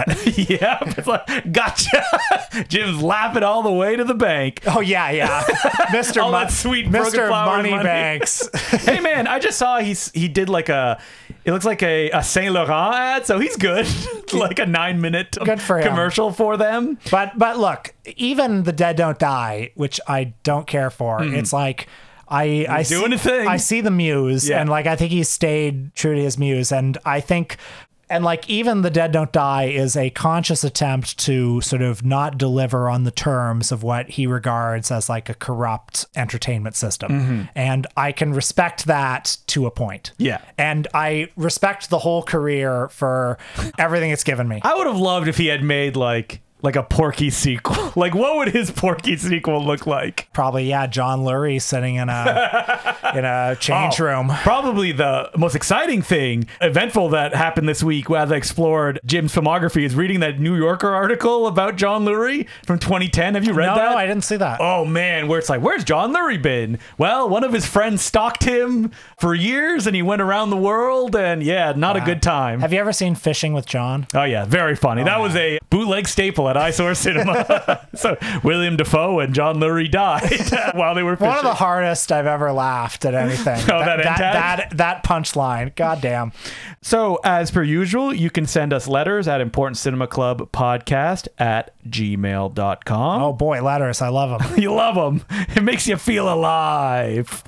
[SPEAKER 2] it.
[SPEAKER 1] yeah. It's like, gotcha. Jim's laughing all the way to the bank.
[SPEAKER 2] oh yeah, yeah, Mister
[SPEAKER 1] All
[SPEAKER 2] Mon-
[SPEAKER 1] that sweet Broken
[SPEAKER 2] Mister
[SPEAKER 1] Flowers money.
[SPEAKER 2] Moneybanks.
[SPEAKER 1] hey man, I just saw he's he did like a it looks like a, a Saint Laurent ad, so he's good. It's like a nine minute
[SPEAKER 2] Good for him.
[SPEAKER 1] commercial for them.
[SPEAKER 2] but but look, even the dead don't die, which I don't care for. It's like. I, I
[SPEAKER 1] Hmm. doing
[SPEAKER 2] see,
[SPEAKER 1] a thing.
[SPEAKER 2] I see the muse,
[SPEAKER 1] Yeah.
[SPEAKER 2] and like I think he stayed true to his muse, and I think And like even The Dead Don't Die is a conscious attempt to sort of not deliver on the terms of what he regards as like a corrupt entertainment system. And I can respect that to a point.
[SPEAKER 1] Mm-hmm. Yeah.
[SPEAKER 2] And I respect the whole career for everything it's given me.
[SPEAKER 1] I would have loved if he had made like like a Porky sequel. Like, what would his Porky sequel look like?
[SPEAKER 2] Probably, yeah, John Lurie sitting in a in a change room.
[SPEAKER 1] Oh, Probably the most exciting thing, eventful that happened this week as I explored Jim's filmography is reading that New Yorker article about John Lurie from 2010. Have you read
[SPEAKER 2] No,
[SPEAKER 1] that?
[SPEAKER 2] no, I didn't see that.
[SPEAKER 1] Oh man, where it's like, where's John Lurie been? Well, one of his friends stalked him for years, and he went around the world, and yeah, not a good time.
[SPEAKER 2] Have you ever seen Fishing with John?
[SPEAKER 1] Oh yeah, very funny. that was a bootleg staple at Eyesore Cinema. so William Defoe and John Lurie died while they were fishing.
[SPEAKER 2] One of the hardest I've ever laughed at anything.
[SPEAKER 1] Oh, that end tag?
[SPEAKER 2] that, that that punchline. God damn.
[SPEAKER 1] so as per usual, you can send us letters at important cinema club podcast at gmail.com.
[SPEAKER 2] Oh boy, letters. I love them.
[SPEAKER 1] You love them. It makes you feel alive.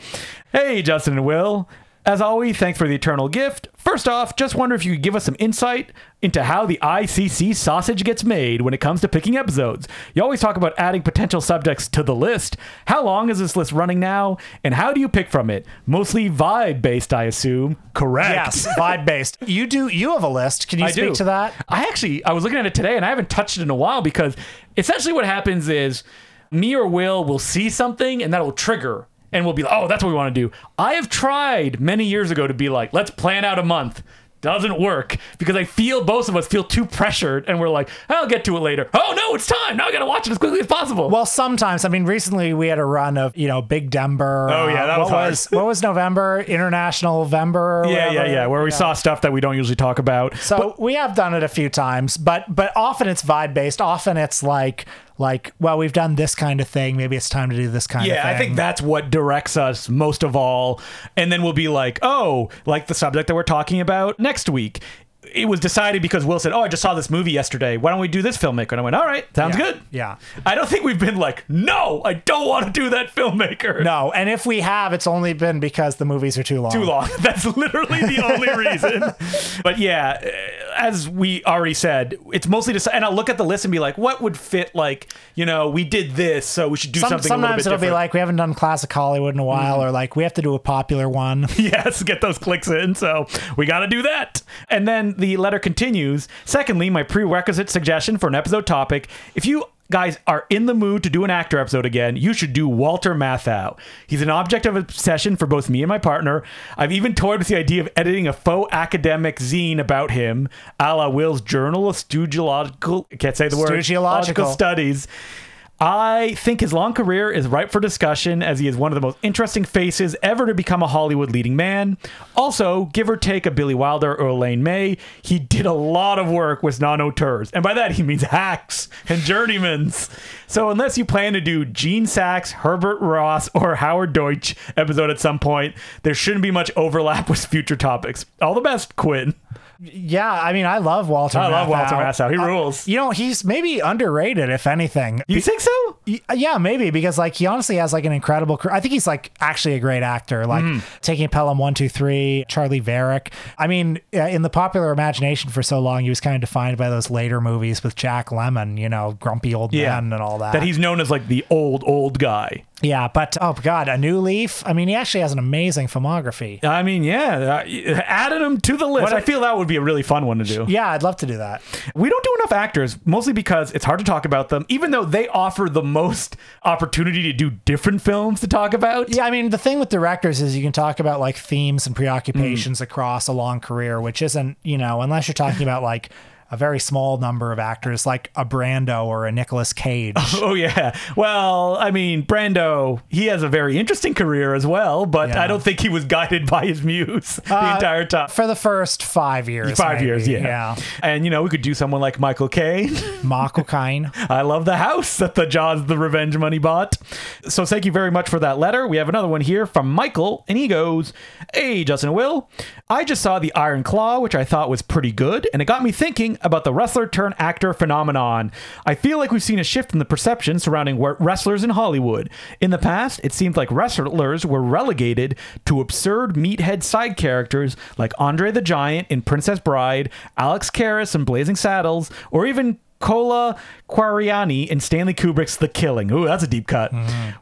[SPEAKER 1] Hey, Justin and Will. As always, thanks for the eternal gift. First off, just wonder if you could give us some insight into how the ICC sausage gets made when it comes to picking episodes. You always talk about adding potential subjects to the list. How long is this list running now, and how do you pick from it? Mostly vibe based, I assume. Correct.
[SPEAKER 2] Yes, vibe based. You do. You have a list. Can you
[SPEAKER 1] I
[SPEAKER 2] speak
[SPEAKER 1] do.
[SPEAKER 2] to that?
[SPEAKER 1] I actually I was looking at it today and I haven't touched it in a while because essentially what happens is me or Will will see something and that'll trigger and we'll be like, oh, that's what we want to do. I have tried many years ago to be like, let's plan out a month. Doesn't work because I feel both of us feel too pressured and we're like, I'll get to it later. Oh no, it's time. Now I gotta watch it as quickly as possible.
[SPEAKER 2] Well, sometimes. I mean, recently we had a run of you know Big Denver.
[SPEAKER 1] Oh, yeah, that
[SPEAKER 2] what
[SPEAKER 1] was hard.
[SPEAKER 2] what was November International November? or
[SPEAKER 1] yeah, yeah,
[SPEAKER 2] whatever?
[SPEAKER 1] yeah. Where we saw stuff that we don't usually talk about.
[SPEAKER 2] So we have done it a few times, but but often it's vibe based. Often it's like like well, we've done this kind of thing. Maybe it's time to do this kind of
[SPEAKER 1] Yeah,
[SPEAKER 2] thing.
[SPEAKER 1] I think that's what directs us most of all. And then we'll be like, oh, like the subject that we're talking about next week. It was decided because Will said, oh, I just saw this movie yesterday. Why don't we do this filmmaker? And I went, all right, sounds
[SPEAKER 2] Yeah,
[SPEAKER 1] good.
[SPEAKER 2] yeah.
[SPEAKER 1] I don't think we've been like, no, I don't want to do that filmmaker.
[SPEAKER 2] No, and if we have, it's only been because the movies are too long.
[SPEAKER 1] Too long. That's literally the only reason. but yeah, eh, as we already said, it's mostly just, and I'll look at the list and be like, what would fit? Like, you know, we did this, so we should do
[SPEAKER 2] Some-
[SPEAKER 1] something. a little
[SPEAKER 2] sometimes
[SPEAKER 1] bit
[SPEAKER 2] it'll
[SPEAKER 1] different. Mm-hmm.
[SPEAKER 2] be like we haven't done classic Hollywood in a while, or like we have to do a popular one.
[SPEAKER 1] yes, get those clicks in. So we got to do that. And then the letter continues. Secondly, my prerequisite suggestion for an episode topic if you guys are in the mood to do an actor episode again, you should do Walter Matthau. He's an object of obsession for both me and my partner. I've even toyed with the idea of editing a faux academic zine about him, a la Will's Journal of Studiological, I can't say the word,
[SPEAKER 2] Studiological.
[SPEAKER 1] Studies. I think his long career is ripe for discussion as he is one of the most interesting faces ever to become a Hollywood leading man. Also, give or take a Billy Wilder or Elaine May, he did a lot of work with non auteurs. And by that, he means hacks and journeymans. So, unless you plan to do Gene Sachs, Herbert Ross, or Howard Deutsch episode at some point, there shouldn't be much overlap with future topics. All the best, Quinn.
[SPEAKER 2] yeah, I mean, I love Walter.
[SPEAKER 1] I love Walter
[SPEAKER 2] Matthau.
[SPEAKER 1] Matthau. He
[SPEAKER 2] Uh,
[SPEAKER 1] rules.
[SPEAKER 2] you know, he's maybe underrated, if anything.
[SPEAKER 1] You think so?
[SPEAKER 2] Y- Uh, Yeah, maybe because like he honestly has like an incredible career. I think he's like actually a great actor. Like taking Pelham One Two Three, Charlie Varick. I mean, uh, in the popular imagination for so long, he was kind of defined by those later movies with Jack Lemmon, you know, grumpy old man and all that.
[SPEAKER 1] That he's known as like the old, old guy.
[SPEAKER 2] yeah, but oh god, a new leaf. I mean, he actually has an amazing filmography.
[SPEAKER 1] I mean, yeah, uh, added him to the list. I feel that would be a really fun one to do.
[SPEAKER 2] Yeah, I'd love to do that.
[SPEAKER 1] We don't do enough actors, mostly because it's hard to talk about them, even though they offer the most opportunity to do different films to talk about.
[SPEAKER 2] Yeah, I mean, the thing with directors is you can talk about like themes and preoccupations
[SPEAKER 1] Mm.
[SPEAKER 2] across a long career, which isn't, you know, unless you're talking about like a very small number of actors, like a Brando or a Nicolas Cage.
[SPEAKER 1] Oh yeah. Well, I mean, Brando, he has a very interesting career as well, but
[SPEAKER 2] Yeah.
[SPEAKER 1] I don't think he was guided by his muse the
[SPEAKER 2] Uh,
[SPEAKER 1] entire time.
[SPEAKER 2] For the first five years.
[SPEAKER 1] Five
[SPEAKER 2] maybe.
[SPEAKER 1] years, yeah.
[SPEAKER 2] Yeah.
[SPEAKER 1] And you know, we could do someone like Michael Caine.
[SPEAKER 2] Michael Caine.
[SPEAKER 1] I love the house that the Jaws the Revenge Money bought. So thank you very much for that letter. We have another one here from Michael, and he goes, Hey, Justin and Will, I just saw The Iron Claw, which I thought was pretty good, and it got me thinking about the wrestler turn actor phenomenon. I feel like we've seen a shift in the perception surrounding where- wrestlers in Hollywood. In the past, it seemed like wrestlers were relegated to absurd meathead side characters like Andre the Giant in Princess Bride, Alex Karras in Blazing Saddles, or even Cola Quariani in Stanley Kubrick's The Killing. Ooh, that's a deep cut.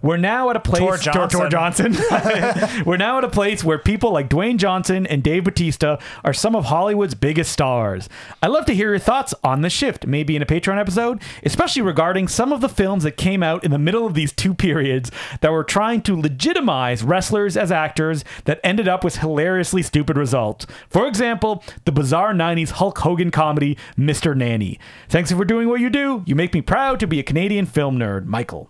[SPEAKER 1] We're now at a place.
[SPEAKER 2] Mm-hmm. Tor
[SPEAKER 1] Tor
[SPEAKER 2] Johnson.
[SPEAKER 1] Johnson. We're now at a place where people like Dwayne Johnson and Dave Batista are some of Hollywood's biggest stars. I'd love to hear your thoughts on the shift, maybe in a Patreon episode, especially regarding some of the films that came out in the middle of these two periods that were trying to legitimize wrestlers as actors that ended up with hilariously stupid results. For example, the bizarre 90s Hulk Hogan comedy, Mr. Nanny. Thanks for doing what you do. You make me proud to be a Canadian film nerd, Michael.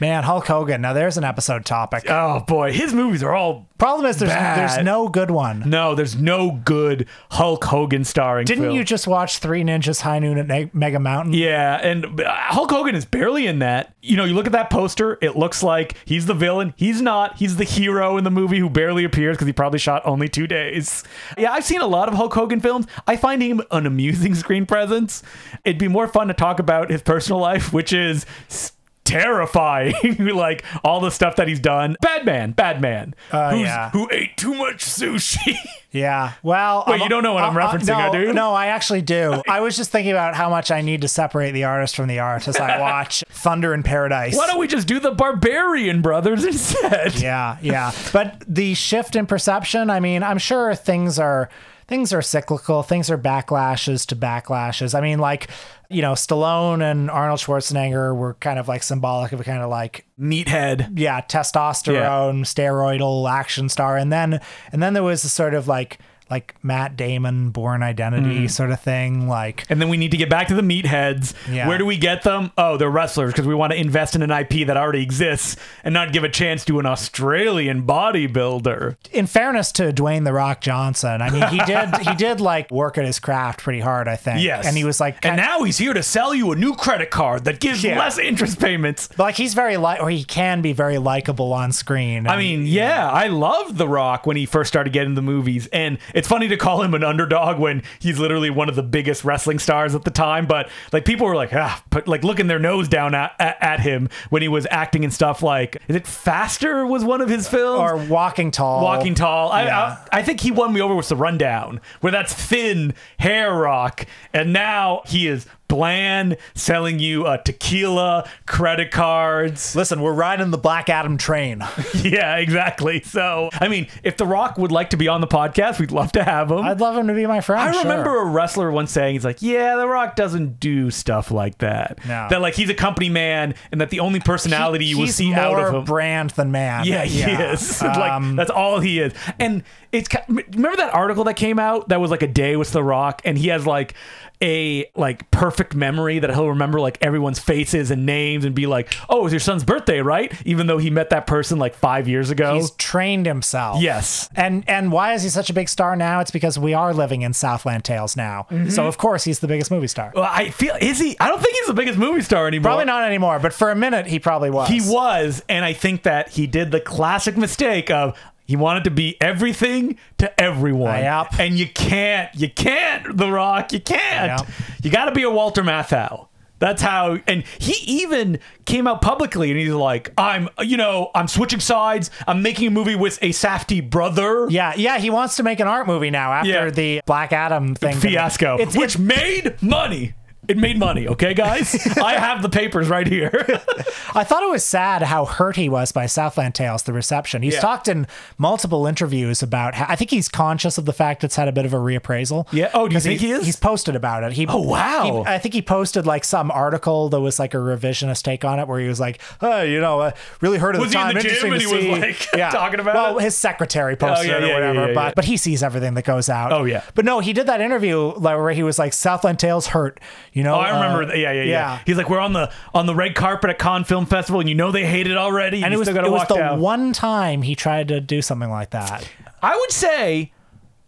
[SPEAKER 2] Man, Hulk Hogan. Now there's an episode topic.
[SPEAKER 1] Oh boy, his movies are all
[SPEAKER 2] Problem is, there's
[SPEAKER 1] bad.
[SPEAKER 2] there's no good one.
[SPEAKER 1] No, there's no good Hulk Hogan starring.
[SPEAKER 2] Didn't
[SPEAKER 1] film.
[SPEAKER 2] you just watch Three Ninjas High Noon at Ne- Mega Mountain?
[SPEAKER 1] Yeah, and uh, Hulk Hogan is barely in that. You know, you look at that poster, it looks like he's the villain. He's not. He's the hero in the movie who barely appears because he probably shot only two days. Yeah, I've seen a lot of Hulk Hogan films. I find him an amusing screen presence. It'd be more fun to talk about his personal life, which is. s- Terrifying, like all the stuff that he's done. Bad man, bad man,
[SPEAKER 2] Uh,
[SPEAKER 1] who's-
[SPEAKER 2] yeah.
[SPEAKER 1] who ate too much sushi.
[SPEAKER 2] Yeah. Well, uh,
[SPEAKER 1] Wait, you don't know what I'm referencing,
[SPEAKER 2] no,
[SPEAKER 1] I do.
[SPEAKER 2] No, I actually do. I was just thinking about how much I need to separate the artist from the art as I watch Thunder in Paradise.
[SPEAKER 1] Why don't we just do the Barbarian Brothers instead?
[SPEAKER 2] yeah, yeah. But the shift in perception, I mean, I'm sure things are things are cyclical, things are backlashes to backlashes. I mean, like, you know, Stallone and Arnold Schwarzenegger were kind of like symbolic of a kind of like
[SPEAKER 1] Meathead.
[SPEAKER 2] yeah, testosterone, steroidal action star, and then and then there was a sort of like like Matt Damon, Born
[SPEAKER 1] Mm-hmm.
[SPEAKER 2] Identity sort of thing. Like
[SPEAKER 1] And then we need to get back to the meatheads.
[SPEAKER 2] Yeah.
[SPEAKER 1] Where do we get them? Oh, they're wrestlers because we want to invest in an IP that already exists and not give a chance to an Australian bodybuilder.
[SPEAKER 2] in fairness to Dwayne the Rock Johnson, I mean he did he did like work at his craft pretty hard, I think.
[SPEAKER 1] Yes.
[SPEAKER 2] and he was like
[SPEAKER 1] and
[SPEAKER 2] kind-
[SPEAKER 1] now he's here to sell you a new credit card that gives
[SPEAKER 2] Yeah.
[SPEAKER 1] less interest payments.
[SPEAKER 2] like he's very like or he can be very likable on screen.
[SPEAKER 1] I mean, yeah, I loved The Rock when he first started getting into the movies, and it's funny to call him an underdog when he's literally one of the biggest wrestling stars at the time. But like, people were like, ah, put like looking their nose down at, at, at him when he was acting and stuff. Like, is it Faster was one of his films?
[SPEAKER 2] or Walking Tall,
[SPEAKER 1] Walking Tall. I,
[SPEAKER 2] Yeah.
[SPEAKER 1] I I think he won me over with the rundown, where that's thin hair rock, and now he is bland, selling you uh, tequila, credit cards.
[SPEAKER 2] Listen, we're riding the Black Adam train.
[SPEAKER 1] yeah, exactly. So I mean, if The Rock would like to be on the podcast, we'd love to have him. i
[SPEAKER 2] I'd love him to be my friend. sure.
[SPEAKER 1] remember a wrestler once saying, "He's like, yeah, The Rock doesn't do stuff like that.
[SPEAKER 2] No.
[SPEAKER 1] That like he's a company man, and that the only personality you will
[SPEAKER 2] He's
[SPEAKER 1] see
[SPEAKER 2] more
[SPEAKER 1] out of him
[SPEAKER 2] brand than man.
[SPEAKER 1] Yeah, he is. like
[SPEAKER 2] Um,
[SPEAKER 1] that's all he is. And it's ki- m- remember that article that came out that was like a day with The Rock, and he has like a like perfect memory that he'll remember like everyone's faces and names and be like, oh, it was your son's birthday, right? Even though he met that person like five years ago.
[SPEAKER 2] He's trained himself.
[SPEAKER 1] Oh. Yes.
[SPEAKER 2] And and why is he such a big star now? It's because we are living in Southland Tales now. So of course he's the biggest movie star.
[SPEAKER 1] Mm-hmm. Well, I feel is he? I don't think he's the biggest movie star anymore.
[SPEAKER 2] Probably not anymore, but for a minute he probably was.
[SPEAKER 1] He was, and I think that he did the classic mistake of he wanted to be everything to everyone.
[SPEAKER 2] Yep.
[SPEAKER 1] And you can't, you can't, The Rock, you can't.
[SPEAKER 2] Yep.
[SPEAKER 1] You got to be a Walter Matthau. That's how, and he even came out publicly and he's like, I'm, you know, I'm switching sides. I'm making a movie with a Safety brother
[SPEAKER 2] Yeah, yeah, he wants to make an art movie now after
[SPEAKER 1] Yeah.
[SPEAKER 2] the Black Adam thing.
[SPEAKER 1] fiasco,
[SPEAKER 2] It's,
[SPEAKER 1] which made money. It made money, okay, guys? I have the papers right here.
[SPEAKER 2] I thought it was sad how hurt he was by Southland Tales, the reception. He's
[SPEAKER 1] Yeah.
[SPEAKER 2] talked in multiple interviews about how I think he's conscious of the fact it's had a bit of a reappraisal.
[SPEAKER 1] Yeah. Oh, do you
[SPEAKER 2] 'Cause
[SPEAKER 1] think he is?
[SPEAKER 2] He's posted about it. He,
[SPEAKER 1] Oh, wow.
[SPEAKER 2] he- I think he posted like some article that was like a revisionist take on it where he was like, oh, you know, uh, really hurt at
[SPEAKER 1] Was
[SPEAKER 2] the
[SPEAKER 1] he in
[SPEAKER 2] time.
[SPEAKER 1] the gym
[SPEAKER 2] Interesting
[SPEAKER 1] and
[SPEAKER 2] to
[SPEAKER 1] he was,
[SPEAKER 2] see.
[SPEAKER 1] like, talking about
[SPEAKER 2] well,
[SPEAKER 1] it? Oh,
[SPEAKER 2] his secretary posted
[SPEAKER 1] yeah,
[SPEAKER 2] it or
[SPEAKER 1] yeah, yeah,
[SPEAKER 2] whatever,
[SPEAKER 1] yeah,
[SPEAKER 2] but,
[SPEAKER 1] yeah.
[SPEAKER 2] but he sees everything that goes out.
[SPEAKER 1] Oh, yeah.
[SPEAKER 2] But no, he did that interview like, where he was like, Southland Tales hurt, you know?
[SPEAKER 1] Oh, I remember.
[SPEAKER 2] uh,
[SPEAKER 1] that. Yeah, yeah, yeah, He's like, we're on the on the red carpet at Cannes Film Festival, and you know they hate it already.
[SPEAKER 2] and
[SPEAKER 1] you
[SPEAKER 2] it was,
[SPEAKER 1] still gotta
[SPEAKER 2] it was
[SPEAKER 1] walk
[SPEAKER 2] the
[SPEAKER 1] down.
[SPEAKER 2] one time he tried to do something like that.
[SPEAKER 1] I would say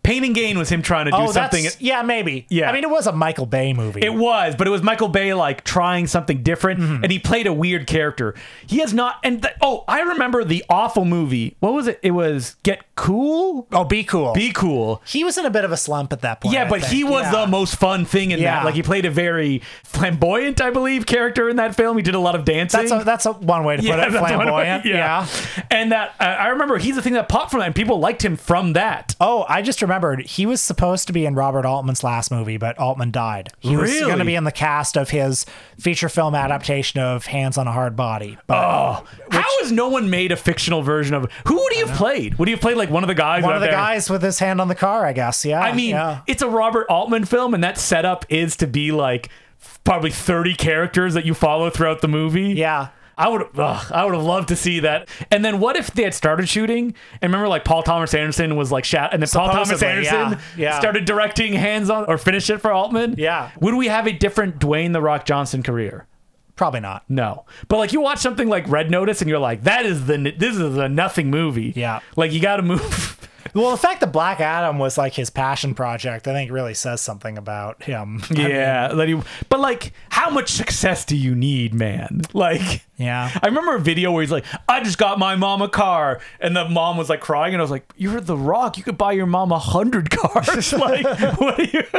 [SPEAKER 1] Pain and Gain was him trying to do
[SPEAKER 2] Oh,
[SPEAKER 1] something.
[SPEAKER 2] that's yeah, maybe.
[SPEAKER 1] Yeah.
[SPEAKER 2] I mean, it was a Michael Bay movie.
[SPEAKER 1] It was, but it was Michael Bay like trying something different,
[SPEAKER 2] Mm-hmm.
[SPEAKER 1] and he played a weird character. He has not. And th- oh, I remember the awful movie. What was it? It was Get Cool,
[SPEAKER 2] oh, be cool.
[SPEAKER 1] Be Cool.
[SPEAKER 2] he was in a bit of a slump at that point.
[SPEAKER 1] Yeah,
[SPEAKER 2] I
[SPEAKER 1] but he
[SPEAKER 2] think.
[SPEAKER 1] was
[SPEAKER 2] Yeah.
[SPEAKER 1] the most fun thing in
[SPEAKER 2] Yeah.
[SPEAKER 1] that. Like he played a very flamboyant, I believe, character in that film. He did a lot of dancing.
[SPEAKER 2] That's a, that's a one way to put it.
[SPEAKER 1] that's what I-
[SPEAKER 2] Flamboyant. yeah.
[SPEAKER 1] And that uh, I remember he's the thing that popped from that, and people liked him from that.
[SPEAKER 2] Oh, I just remembered he was supposed to be in Robert Altman's last movie, but Altman died. He was
[SPEAKER 1] Really?
[SPEAKER 2] going to be in the cast of his feature film adaptation of Hands on a Hard Body. But
[SPEAKER 1] How has no one made a fictional version of who would he have played? Would he have played like one of the guys?
[SPEAKER 2] one
[SPEAKER 1] out
[SPEAKER 2] of the
[SPEAKER 1] there?
[SPEAKER 2] guys with his hand on the car, I guess. Yeah.
[SPEAKER 1] I mean,
[SPEAKER 2] yeah.
[SPEAKER 1] it's a Robert Altman film, and that setup is to be like f- probably 30 characters that you follow throughout the movie.
[SPEAKER 2] Yeah.
[SPEAKER 1] I would ugh, I would have loved to see that. And then what if they had started shooting? And remember, like Paul Thomas Anderson was like shot, and then Paul Thomas
[SPEAKER 2] Supposedly, yeah,
[SPEAKER 1] Anderson
[SPEAKER 2] yeah.
[SPEAKER 1] started directing hands on or finish it for Altman.
[SPEAKER 2] Yeah.
[SPEAKER 1] Would we have a different Dwayne the Rock Johnson career?
[SPEAKER 2] probably not.
[SPEAKER 1] No, but like you watch something like Red Notice, and you're like, that is the this is a nothing movie.
[SPEAKER 2] Yeah.
[SPEAKER 1] Like you got to move.
[SPEAKER 2] Well, the fact that Black Adam was like his passion project, I think really says something about him.
[SPEAKER 1] Yeah, that he, but like, how much success do you need, man? Like,
[SPEAKER 2] Yeah.
[SPEAKER 1] I remember a video where he's like, "I just got my mom a car," and the mom was like crying, and I was like, "You're the Rock. You could buy your mom a hundred cars. like, what are you?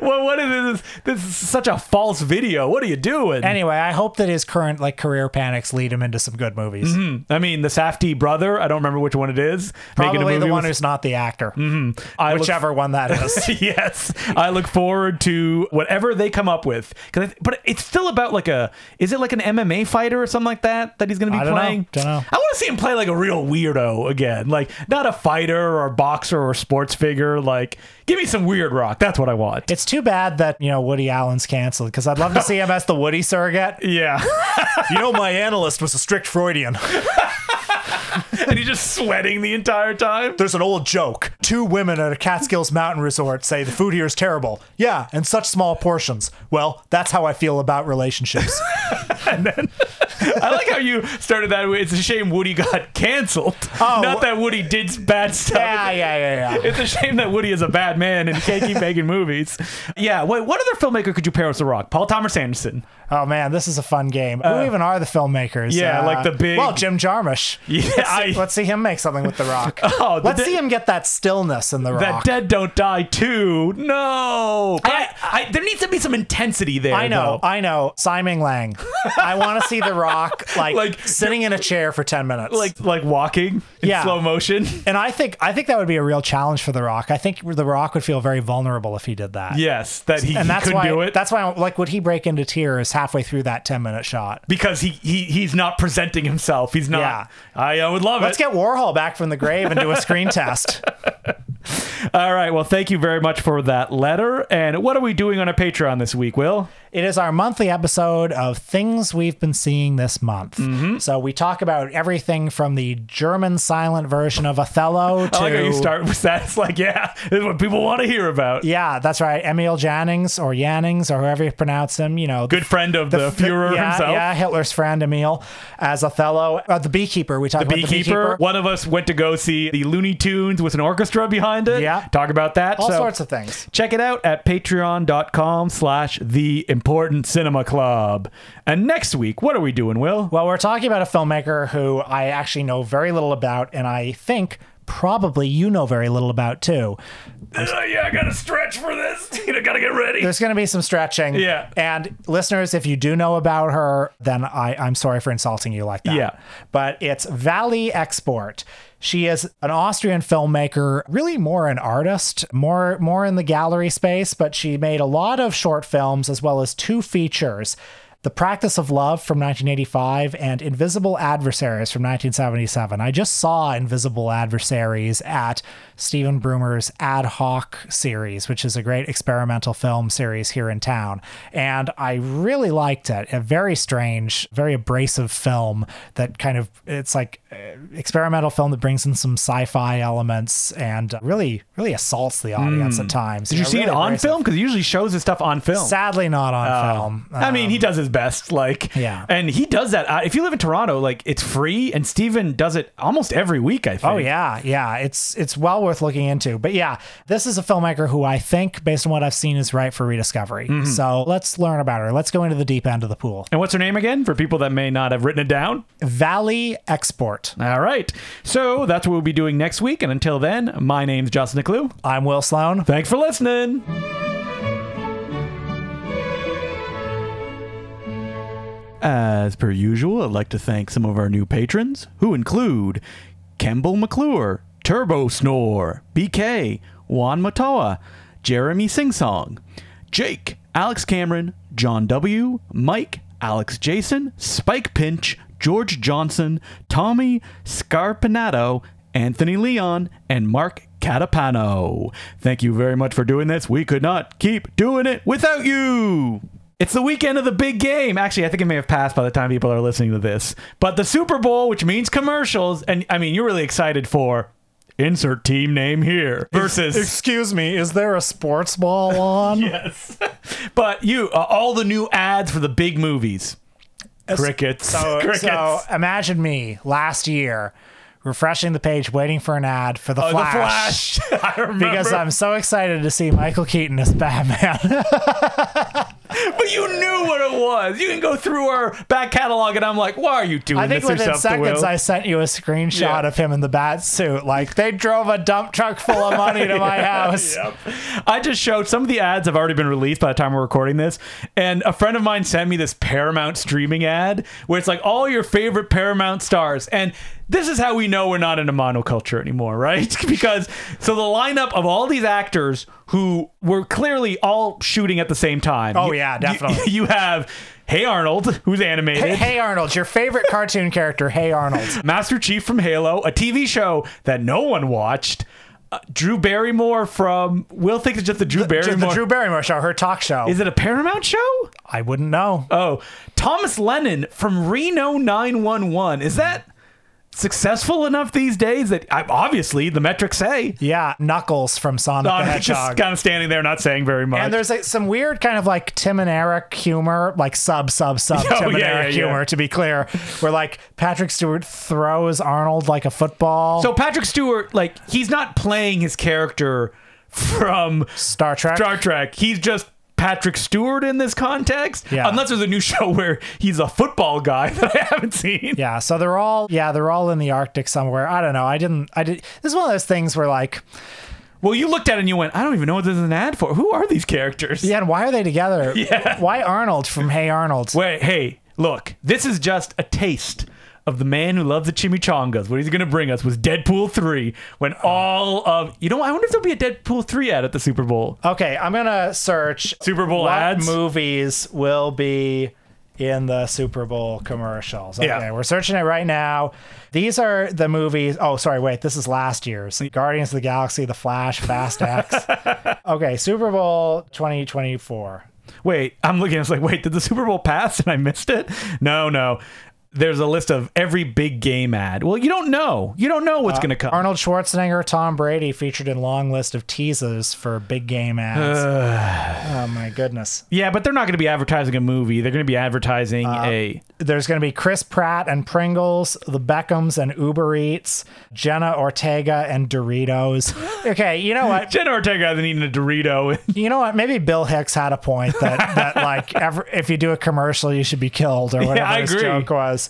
[SPEAKER 1] What, what is this? This is such a false video. What are you doing?"
[SPEAKER 2] Anyway, I hope that his current like career panics lead him into some good movies.
[SPEAKER 1] Hmm, I mean, the Safdie brother. I don't remember which one it is.
[SPEAKER 2] Probably the Mm-hmm. one
[SPEAKER 1] with-
[SPEAKER 2] who's not the actor,
[SPEAKER 1] I look-
[SPEAKER 2] whichever one that is.
[SPEAKER 1] yes, I look forward to whatever they come up with. 'Cause I th- but it's still about like a is it like an MMA fighter or something like that that he's going to be
[SPEAKER 2] I don't know.
[SPEAKER 1] playing?
[SPEAKER 2] Dunno.
[SPEAKER 1] I want to see him play like a real weirdo again, like not a fighter or a boxer or sports figure. Like, give me some weird rock. That's what I want.
[SPEAKER 2] It's too bad that you know Woody Allen's canceled because I'd love to see him as the Woody surrogate.
[SPEAKER 1] yeah,
[SPEAKER 2] You know, my analyst was a strict Freudian.
[SPEAKER 1] and he's just sweating the entire time.
[SPEAKER 2] There's an old joke. Two women at a Catskills mountain resort say the food here is terrible. Yeah, and such small portions. Well, that's how I feel about relationships.
[SPEAKER 1] I like how you started that. way. It's a shame Woody got canceled.
[SPEAKER 2] Oh.
[SPEAKER 1] not that Woody did bad stuff.
[SPEAKER 2] yeah, yeah,
[SPEAKER 1] It's a shame that Woody is a bad man and can't keep making movies. Yeah, wait, what other filmmaker could you pair with The Rock? Paul Thomas Anderson.
[SPEAKER 2] Oh man, this is a fun game. Who even are the filmmakers?
[SPEAKER 1] Uh,
[SPEAKER 2] Uh,
[SPEAKER 1] yeah, like the big-
[SPEAKER 2] Well, Jim Jarmusch.
[SPEAKER 1] Yeah,
[SPEAKER 2] let's, see,
[SPEAKER 1] I-
[SPEAKER 2] let's see him make something with the Rock.
[SPEAKER 1] Oh, the
[SPEAKER 2] let's
[SPEAKER 1] de-
[SPEAKER 2] see him get that stillness in the
[SPEAKER 1] That
[SPEAKER 2] Rock.
[SPEAKER 1] Dead Don't Die too. No. But I, I, there needs to be some intensity there.
[SPEAKER 2] I know,
[SPEAKER 1] though.
[SPEAKER 2] I know. Simon Lang. I want to see the Rock like,
[SPEAKER 1] Like-
[SPEAKER 2] sitting in a chair for ten minutes.
[SPEAKER 1] Like like walking in
[SPEAKER 2] Yeah.
[SPEAKER 1] slow motion.
[SPEAKER 2] and I think I think that would be a real challenge for the Rock. I think the Rock would feel very vulnerable if he did that.
[SPEAKER 1] Yes, that he,
[SPEAKER 2] And
[SPEAKER 1] he
[SPEAKER 2] that's
[SPEAKER 1] couldn't
[SPEAKER 2] why
[SPEAKER 1] do it.
[SPEAKER 2] that's why like would he break into tears halfway through that 10 minute shot.
[SPEAKER 1] because he, he he's not presenting himself. He's not.
[SPEAKER 2] Yeah.
[SPEAKER 1] I, I would love
[SPEAKER 2] Let's
[SPEAKER 1] it.
[SPEAKER 2] get Warhol back from the grave and do a screen test.
[SPEAKER 1] All right. Well, thank you very much for that letter. And what are we doing on a Patreon this week, Will?
[SPEAKER 2] It is our monthly episode of things we've been seeing this month.
[SPEAKER 1] Mm-hmm.
[SPEAKER 2] So we talk about everything from the German silent version of Othello to
[SPEAKER 1] I like how you start with that. It's like, yeah, this is what people want to hear about.
[SPEAKER 2] yeah, that's right, Emil Jannings or Jannings or however you pronounce him. You know,
[SPEAKER 1] good friend of the, Fuhrer
[SPEAKER 2] yeah,
[SPEAKER 1] himself.
[SPEAKER 2] yeah, Hitler's friend Emil as Othello, uh, the Beekeeper. We talk about
[SPEAKER 1] Beekeeper.
[SPEAKER 2] the Beekeeper.
[SPEAKER 1] One of us went to go see the Looney Tunes with an orchestra behind it.
[SPEAKER 2] Yeah.
[SPEAKER 1] Talk about that.
[SPEAKER 2] all
[SPEAKER 1] So
[SPEAKER 2] sorts of things.
[SPEAKER 1] Check it out at patreon.com slash the important cinema club. And next week, what are we doing, Will?
[SPEAKER 2] Well, we're talking about a filmmaker who I actually know very little about, and I think probably you know very little about too.
[SPEAKER 1] Uh, yeah, I gotta stretch for this. You gotta get ready.
[SPEAKER 2] there's going to be some stretching.
[SPEAKER 1] Yeah.
[SPEAKER 2] And listeners, if you do know about her, then I, I'm sorry for insulting you like that.
[SPEAKER 1] Yeah.
[SPEAKER 2] But it's Valley Export. She is an Austrian filmmaker, really more an artist, more more in the gallery space, but she made a lot of short films as well as two features. The Practice of Love from 1985 and Invisible Adversaries from 1977. I just saw Invisible Adversaries at Stephen Broomer's Ad Hoc series, which is a great experimental film series here in town. And I really liked it. A very strange, very abrasive film that kind of, it's like uh, experimental film that brings in some sci fi elements and uh, really, really assaults the audience at times.
[SPEAKER 1] Did you see it on film? Because he usually shows his stuff on film.
[SPEAKER 2] Sadly, not on film.
[SPEAKER 1] I mean, he does his best. Like,
[SPEAKER 2] Um, Yeah.
[SPEAKER 1] And he does that. Uh, if you live in Toronto, like it's free, and Steven does it almost every week. I think.
[SPEAKER 2] Oh yeah, yeah. It's it's well worth looking into. But yeah, this is a filmmaker who I think, based on what I've seen, is right for rediscovery. So let's learn about her. Let's go into the deep end of the pool.
[SPEAKER 1] And what's her name again? For people that may not have written it down.
[SPEAKER 2] Valley Export.
[SPEAKER 1] All right. So that's what we'll be doing next week. And until then, my name's Justin Clue.
[SPEAKER 2] I'm Will Sloan.
[SPEAKER 1] Thanks for listening. As per usual, I'd like to thank some of our new patrons, who include Kemble McClure, Turbo Snore, BK, Juan Matoa, Jeremy Singsong, Jake, Alex Cameron, John W., Mike, Alex Jason, Spike Pinch, George Johnson, Tommy Scarpinato, Anthony Leon, and Mark Catapano. Thank you very much for doing this. We could not keep doing it without you. It's the weekend of the big game. Actually, I think it may have passed by the time people are listening to this. But the Super Bowl, which means commercials, and I mean, you're really excited for insert team name here versus
[SPEAKER 2] Excuse me, is there a sports ball on?
[SPEAKER 1] yes. but you uh, all the new ads for the big movies. Crickets.
[SPEAKER 2] So,
[SPEAKER 1] Crickets.
[SPEAKER 2] so imagine me last year refreshing the page, waiting for an ad for the
[SPEAKER 1] Oh,
[SPEAKER 2] Flash.
[SPEAKER 1] The Flash. I remember.
[SPEAKER 2] Because I'm so excited to see Michael Keaton as Batman.
[SPEAKER 1] But you knew what it was. You can go through our back catalog, and I'm like, why are you doing
[SPEAKER 2] I think
[SPEAKER 1] this
[SPEAKER 2] within
[SPEAKER 1] yourself to
[SPEAKER 2] seconds
[SPEAKER 1] Will?
[SPEAKER 2] I sent you a screenshot
[SPEAKER 1] Yeah.
[SPEAKER 2] of him in the bat suit. Like they drove a dump truck full of money to my house.
[SPEAKER 1] Yep. I just showed some of the ads have already been released by the time we're recording this, and a friend of mine sent me this Paramount streaming ad where it's like all your favorite Paramount stars, and this is how we know we're not in a monoculture anymore, right? because so the lineup of all these actors who were clearly all shooting at the same time.
[SPEAKER 2] Oh,
[SPEAKER 1] You-
[SPEAKER 2] yeah,
[SPEAKER 1] you-
[SPEAKER 2] definitely.
[SPEAKER 1] You, have Hey Arnold, who's animated.
[SPEAKER 2] Hey, hey Arnold, your favorite cartoon character, Hey Arnold.
[SPEAKER 1] Master Chief from Halo, a TV show that no one watched. Uh, Drew Barrymore from Will thinks it's just the Drew
[SPEAKER 2] Just
[SPEAKER 1] Barrymore.
[SPEAKER 2] the Drew Barrymore show, her talk show.
[SPEAKER 1] Is it a Paramount show?
[SPEAKER 2] I wouldn't know.
[SPEAKER 1] Oh, Thomas Lennon from Reno 911. Is that successful enough these days that I, obviously the metrics say?
[SPEAKER 2] yeah, Knuckles from Sonic the
[SPEAKER 1] I'm just
[SPEAKER 2] Hedgehog.
[SPEAKER 1] kind of standing there not saying very much.
[SPEAKER 2] and there's like, some weird kind of like Tim and Eric humor, like sub sub sub Tim and
[SPEAKER 1] Oh, yeah,
[SPEAKER 2] Eric
[SPEAKER 1] yeah, yeah.
[SPEAKER 2] humor, to be clear, where like Patrick Stewart throws Arnold like a football.
[SPEAKER 1] so Patrick Stewart, like, he's not playing his character from
[SPEAKER 2] Star Trek.
[SPEAKER 1] Star Trek. He's just Patrick Stewart in this context.
[SPEAKER 2] Yeah.
[SPEAKER 1] Unless there's a new show where he's a football guy that I haven't seen.
[SPEAKER 2] Yeah, so they're all yeah, they're all in the Arctic somewhere. I don't know. I didn't I did this is one of those things where like,
[SPEAKER 1] Well, you looked at it and you went, I don't even know what this is an ad for. Who are these characters?
[SPEAKER 2] yeah, and why are they together?
[SPEAKER 1] Yeah.
[SPEAKER 2] Why Arnold from Hey Arnold?
[SPEAKER 1] Wait, hey, look, this is just a taste of the man who loves the chimichangas. What he's going to bring us was Deadpool 3 when all of. You know, I wonder if there'll be a Deadpool 3 ad at the Super Bowl.
[SPEAKER 2] Okay, I'm gonna search
[SPEAKER 1] Super Bowl
[SPEAKER 2] what
[SPEAKER 1] ads?
[SPEAKER 2] movies will be in the Super Bowl commercials. Okay,
[SPEAKER 1] Yeah.
[SPEAKER 2] we're searching it right now. These are the movies. Oh, sorry, wait, this is last year's Guardians of the Galaxy, The Flash, Fast X. okay, Super Bowl 2024.
[SPEAKER 1] Wait, I'm looking. I was like, wait, did the Super Bowl pass and I missed it? No, no. There's a list of every big game ad. Well, you don't know. You don't know
[SPEAKER 2] Uh,
[SPEAKER 1] what's going to come.
[SPEAKER 2] Arnold Schwarzenegger, Tom Brady featured in long list of teases for big game ads. oh my goodness.
[SPEAKER 1] yeah, but they're not going to be advertising a movie. They're going to be advertising
[SPEAKER 2] Uh,
[SPEAKER 1] a.
[SPEAKER 2] There's going to be Chris Pratt and Pringles, the Beckhams and Uber Eats, Jenna Ortega and Doritos. Okay, you know what?
[SPEAKER 1] Jenna Ortega hasn't eaten a Dorito.
[SPEAKER 2] You know what? Maybe Bill Hicks had a point that that like ever, if you do a commercial, you should be killed or whatever
[SPEAKER 1] I
[SPEAKER 2] his
[SPEAKER 1] agree.
[SPEAKER 2] joke was.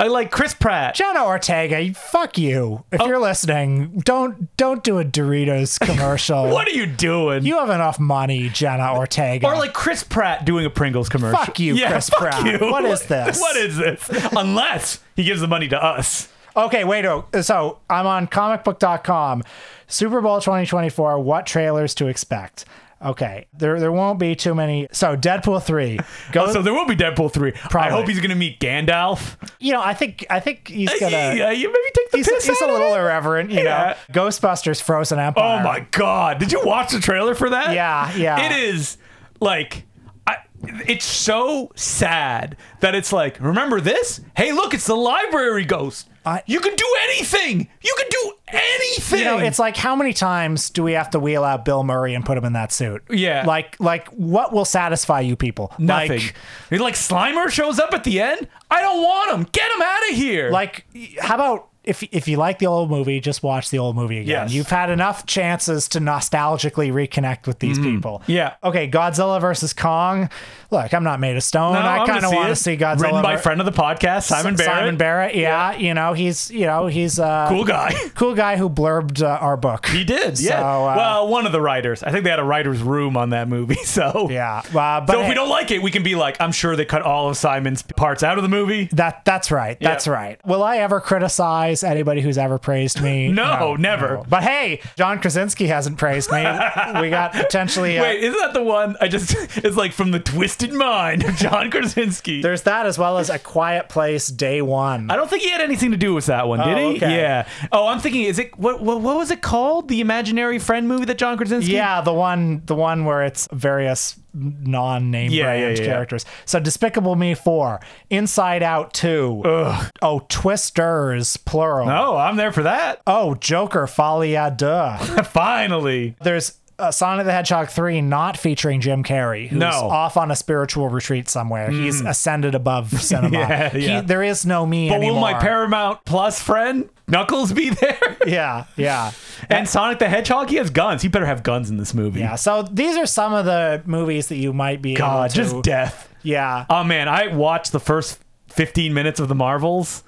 [SPEAKER 1] I like Chris Pratt.
[SPEAKER 2] Jenna Ortega, fuck you.
[SPEAKER 1] Oh.
[SPEAKER 2] If you're listening, don't don't do a Doritos commercial.
[SPEAKER 1] what are you doing?
[SPEAKER 2] You have enough money, Jenna Ortega.
[SPEAKER 1] Or like Chris Pratt doing a Pringles commercial.
[SPEAKER 2] Fuck you, Chris Pratt. What is this?
[SPEAKER 1] What is this? Unless he gives the money to us.
[SPEAKER 2] Okay, wait. Oh, so I'm on comicbook.com. Super Bowl 2024. What trailers to expect? Okay, there there won't be too many. So Deadpool three. Go.
[SPEAKER 1] So there will be Deadpool three. I
[SPEAKER 2] Uh, Probably.
[SPEAKER 1] hope he's gonna meet Gandalf.
[SPEAKER 2] you know, I think I think he's gonna.
[SPEAKER 1] yeah, you maybe take the
[SPEAKER 2] He's,
[SPEAKER 1] piss
[SPEAKER 2] he's a
[SPEAKER 1] out of
[SPEAKER 2] little
[SPEAKER 1] it.
[SPEAKER 2] irreverent, you
[SPEAKER 1] Yeah.
[SPEAKER 2] know. Ghostbusters Frozen Empire.
[SPEAKER 1] Oh my god! Did you watch the trailer for that?
[SPEAKER 2] Yeah, yeah.
[SPEAKER 1] It is like. I- It's so sad that it's like, remember this? Hey, look, it's the library ghost.
[SPEAKER 2] I-
[SPEAKER 1] you can do anything. You can do anything.
[SPEAKER 2] You know, it's like how many times do we have to wheel out Bill Murray and put him in that suit?
[SPEAKER 1] Yeah.
[SPEAKER 2] Like like what will satisfy you people?
[SPEAKER 1] nothing.
[SPEAKER 2] Like,
[SPEAKER 1] You're like Slimer shows up at the end. I don't want him. Get him out of here.
[SPEAKER 2] like how about if if you like the old movie, just watch the old movie again.
[SPEAKER 1] Yes.
[SPEAKER 2] You've had enough chances to nostalgically reconnect with these people.
[SPEAKER 1] Mm-hmm. Yeah.
[SPEAKER 2] Okay, Godzilla versus Kong. Look, I'm not made of stone.
[SPEAKER 1] No,
[SPEAKER 2] I
[SPEAKER 1] I'm gonna
[SPEAKER 2] kind of want
[SPEAKER 1] it.
[SPEAKER 2] to see Godzilla.
[SPEAKER 1] Written by
[SPEAKER 2] ver-
[SPEAKER 1] friend of the podcast Simon
[SPEAKER 2] S-
[SPEAKER 1] Barrett.
[SPEAKER 2] Simon Barrett. Yeah, you know he's you know he's a
[SPEAKER 1] Cool guy.
[SPEAKER 2] cool guy who blurbed uh, our book.
[SPEAKER 1] He did, yeah.
[SPEAKER 2] So, uh,
[SPEAKER 1] well, one of the writers. I think they had a writer's room on that movie. So
[SPEAKER 2] Yeah. Uh, but
[SPEAKER 1] So if
[SPEAKER 2] hey-
[SPEAKER 1] we don't like it, we can be like, I'm sure they cut all of Simon's parts out of the movie.
[SPEAKER 2] That that's right. That's right. Will I ever criticize anybody who's ever praised me?
[SPEAKER 1] No, never.
[SPEAKER 2] But hey, John Krasinski hasn't praised me. we got potentially. uh,
[SPEAKER 1] Wait, isn't that the one I just it's like from the twisted mind of John Krasinski.
[SPEAKER 2] There's that as well as a Quiet Place Day One.
[SPEAKER 1] I don't think he had anything to do with that one, did
[SPEAKER 2] Oh,
[SPEAKER 1] he?
[SPEAKER 2] okay.
[SPEAKER 1] Yeah. Oh, I'm thinking, is it what, what what was it called? The imaginary friend movie that John Krasinski?
[SPEAKER 2] Yeah, the one the one where it's various non-name
[SPEAKER 1] Yeah,
[SPEAKER 2] brand
[SPEAKER 1] yeah, yeah.
[SPEAKER 2] characters. So Despicable Me 4, Inside Out 2. Oh, Twisters plural.
[SPEAKER 1] Oh, I'm there for that.
[SPEAKER 2] Oh, Joker Folie à deux.
[SPEAKER 1] Finally.
[SPEAKER 2] There's uh, Sonic the Hedgehog 3 not featuring Jim Carrey, who's
[SPEAKER 1] No. Mm.
[SPEAKER 2] off on a spiritual retreat somewhere. He's ascended above cinema.
[SPEAKER 1] Yeah,
[SPEAKER 2] He-
[SPEAKER 1] yeah.
[SPEAKER 2] there is no me
[SPEAKER 1] But
[SPEAKER 2] anymore.
[SPEAKER 1] will my Paramount Plus friend Knuckles be there?
[SPEAKER 2] Yeah, yeah.
[SPEAKER 1] and Sonic the Hedgehog, he has guns. He better have guns in this movie.
[SPEAKER 2] Yeah, so these are some of the movies that you might be
[SPEAKER 1] God,
[SPEAKER 2] able to,
[SPEAKER 1] just death.
[SPEAKER 2] yeah.
[SPEAKER 1] Oh man, I watched the first 15 minutes of the Marvels.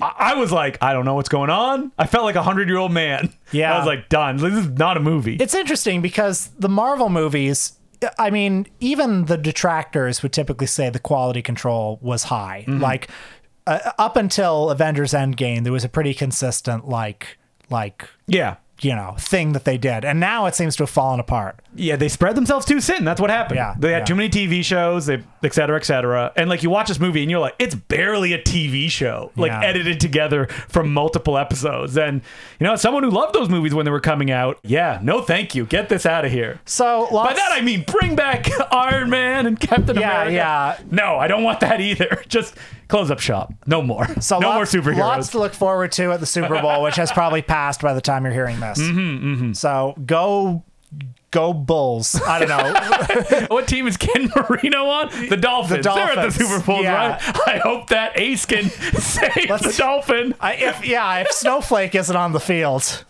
[SPEAKER 1] I, I was like, I don't know what's going on. I felt like a hundred year old man.
[SPEAKER 2] Yeah.
[SPEAKER 1] I was like, done. This is not a movie.
[SPEAKER 2] It's interesting because the Marvel movies, I mean, even the detractors would typically say the quality control was high.
[SPEAKER 1] Mm-hmm.
[SPEAKER 2] Like uh, up until Avengers Endgame, there was a pretty consistent like like
[SPEAKER 1] yeah.
[SPEAKER 2] you know thing that they did, and now it seems to have fallen apart.
[SPEAKER 1] Yeah, they spread themselves too thin. That's what happened.
[SPEAKER 2] Yeah,
[SPEAKER 1] They had
[SPEAKER 2] yeah.
[SPEAKER 1] too many TV shows, they et cetera, et cetera. And like you watch this movie and you're like, it's barely a TV show, like
[SPEAKER 2] Yeah.
[SPEAKER 1] edited together from multiple episodes. And you know, as someone who loved those movies when they were coming out, yeah, no thank you. Get this out of here.
[SPEAKER 2] So lots,
[SPEAKER 1] By that I mean bring back Iron Man and Captain
[SPEAKER 2] Yeah,
[SPEAKER 1] America.
[SPEAKER 2] yeah.
[SPEAKER 1] No, I don't want that either. Just close up shop. No more.
[SPEAKER 2] so
[SPEAKER 1] no
[SPEAKER 2] lots,
[SPEAKER 1] more superheroes.
[SPEAKER 2] Lots to look forward to at the Super Bowl, which has probably passed by the time you're hearing this.
[SPEAKER 1] Mm-hmm,
[SPEAKER 2] So go. Go Bulls! I don't know.
[SPEAKER 1] what team is Ken Marino on? The Dolphins. They're at the
[SPEAKER 2] Dolphins,
[SPEAKER 1] Super Bowl,
[SPEAKER 2] yeah.
[SPEAKER 1] right? I hope that Ace can save the
[SPEAKER 2] Let's-
[SPEAKER 1] Dolphin.
[SPEAKER 2] I, if yeah, if Snowflake isn't on the field,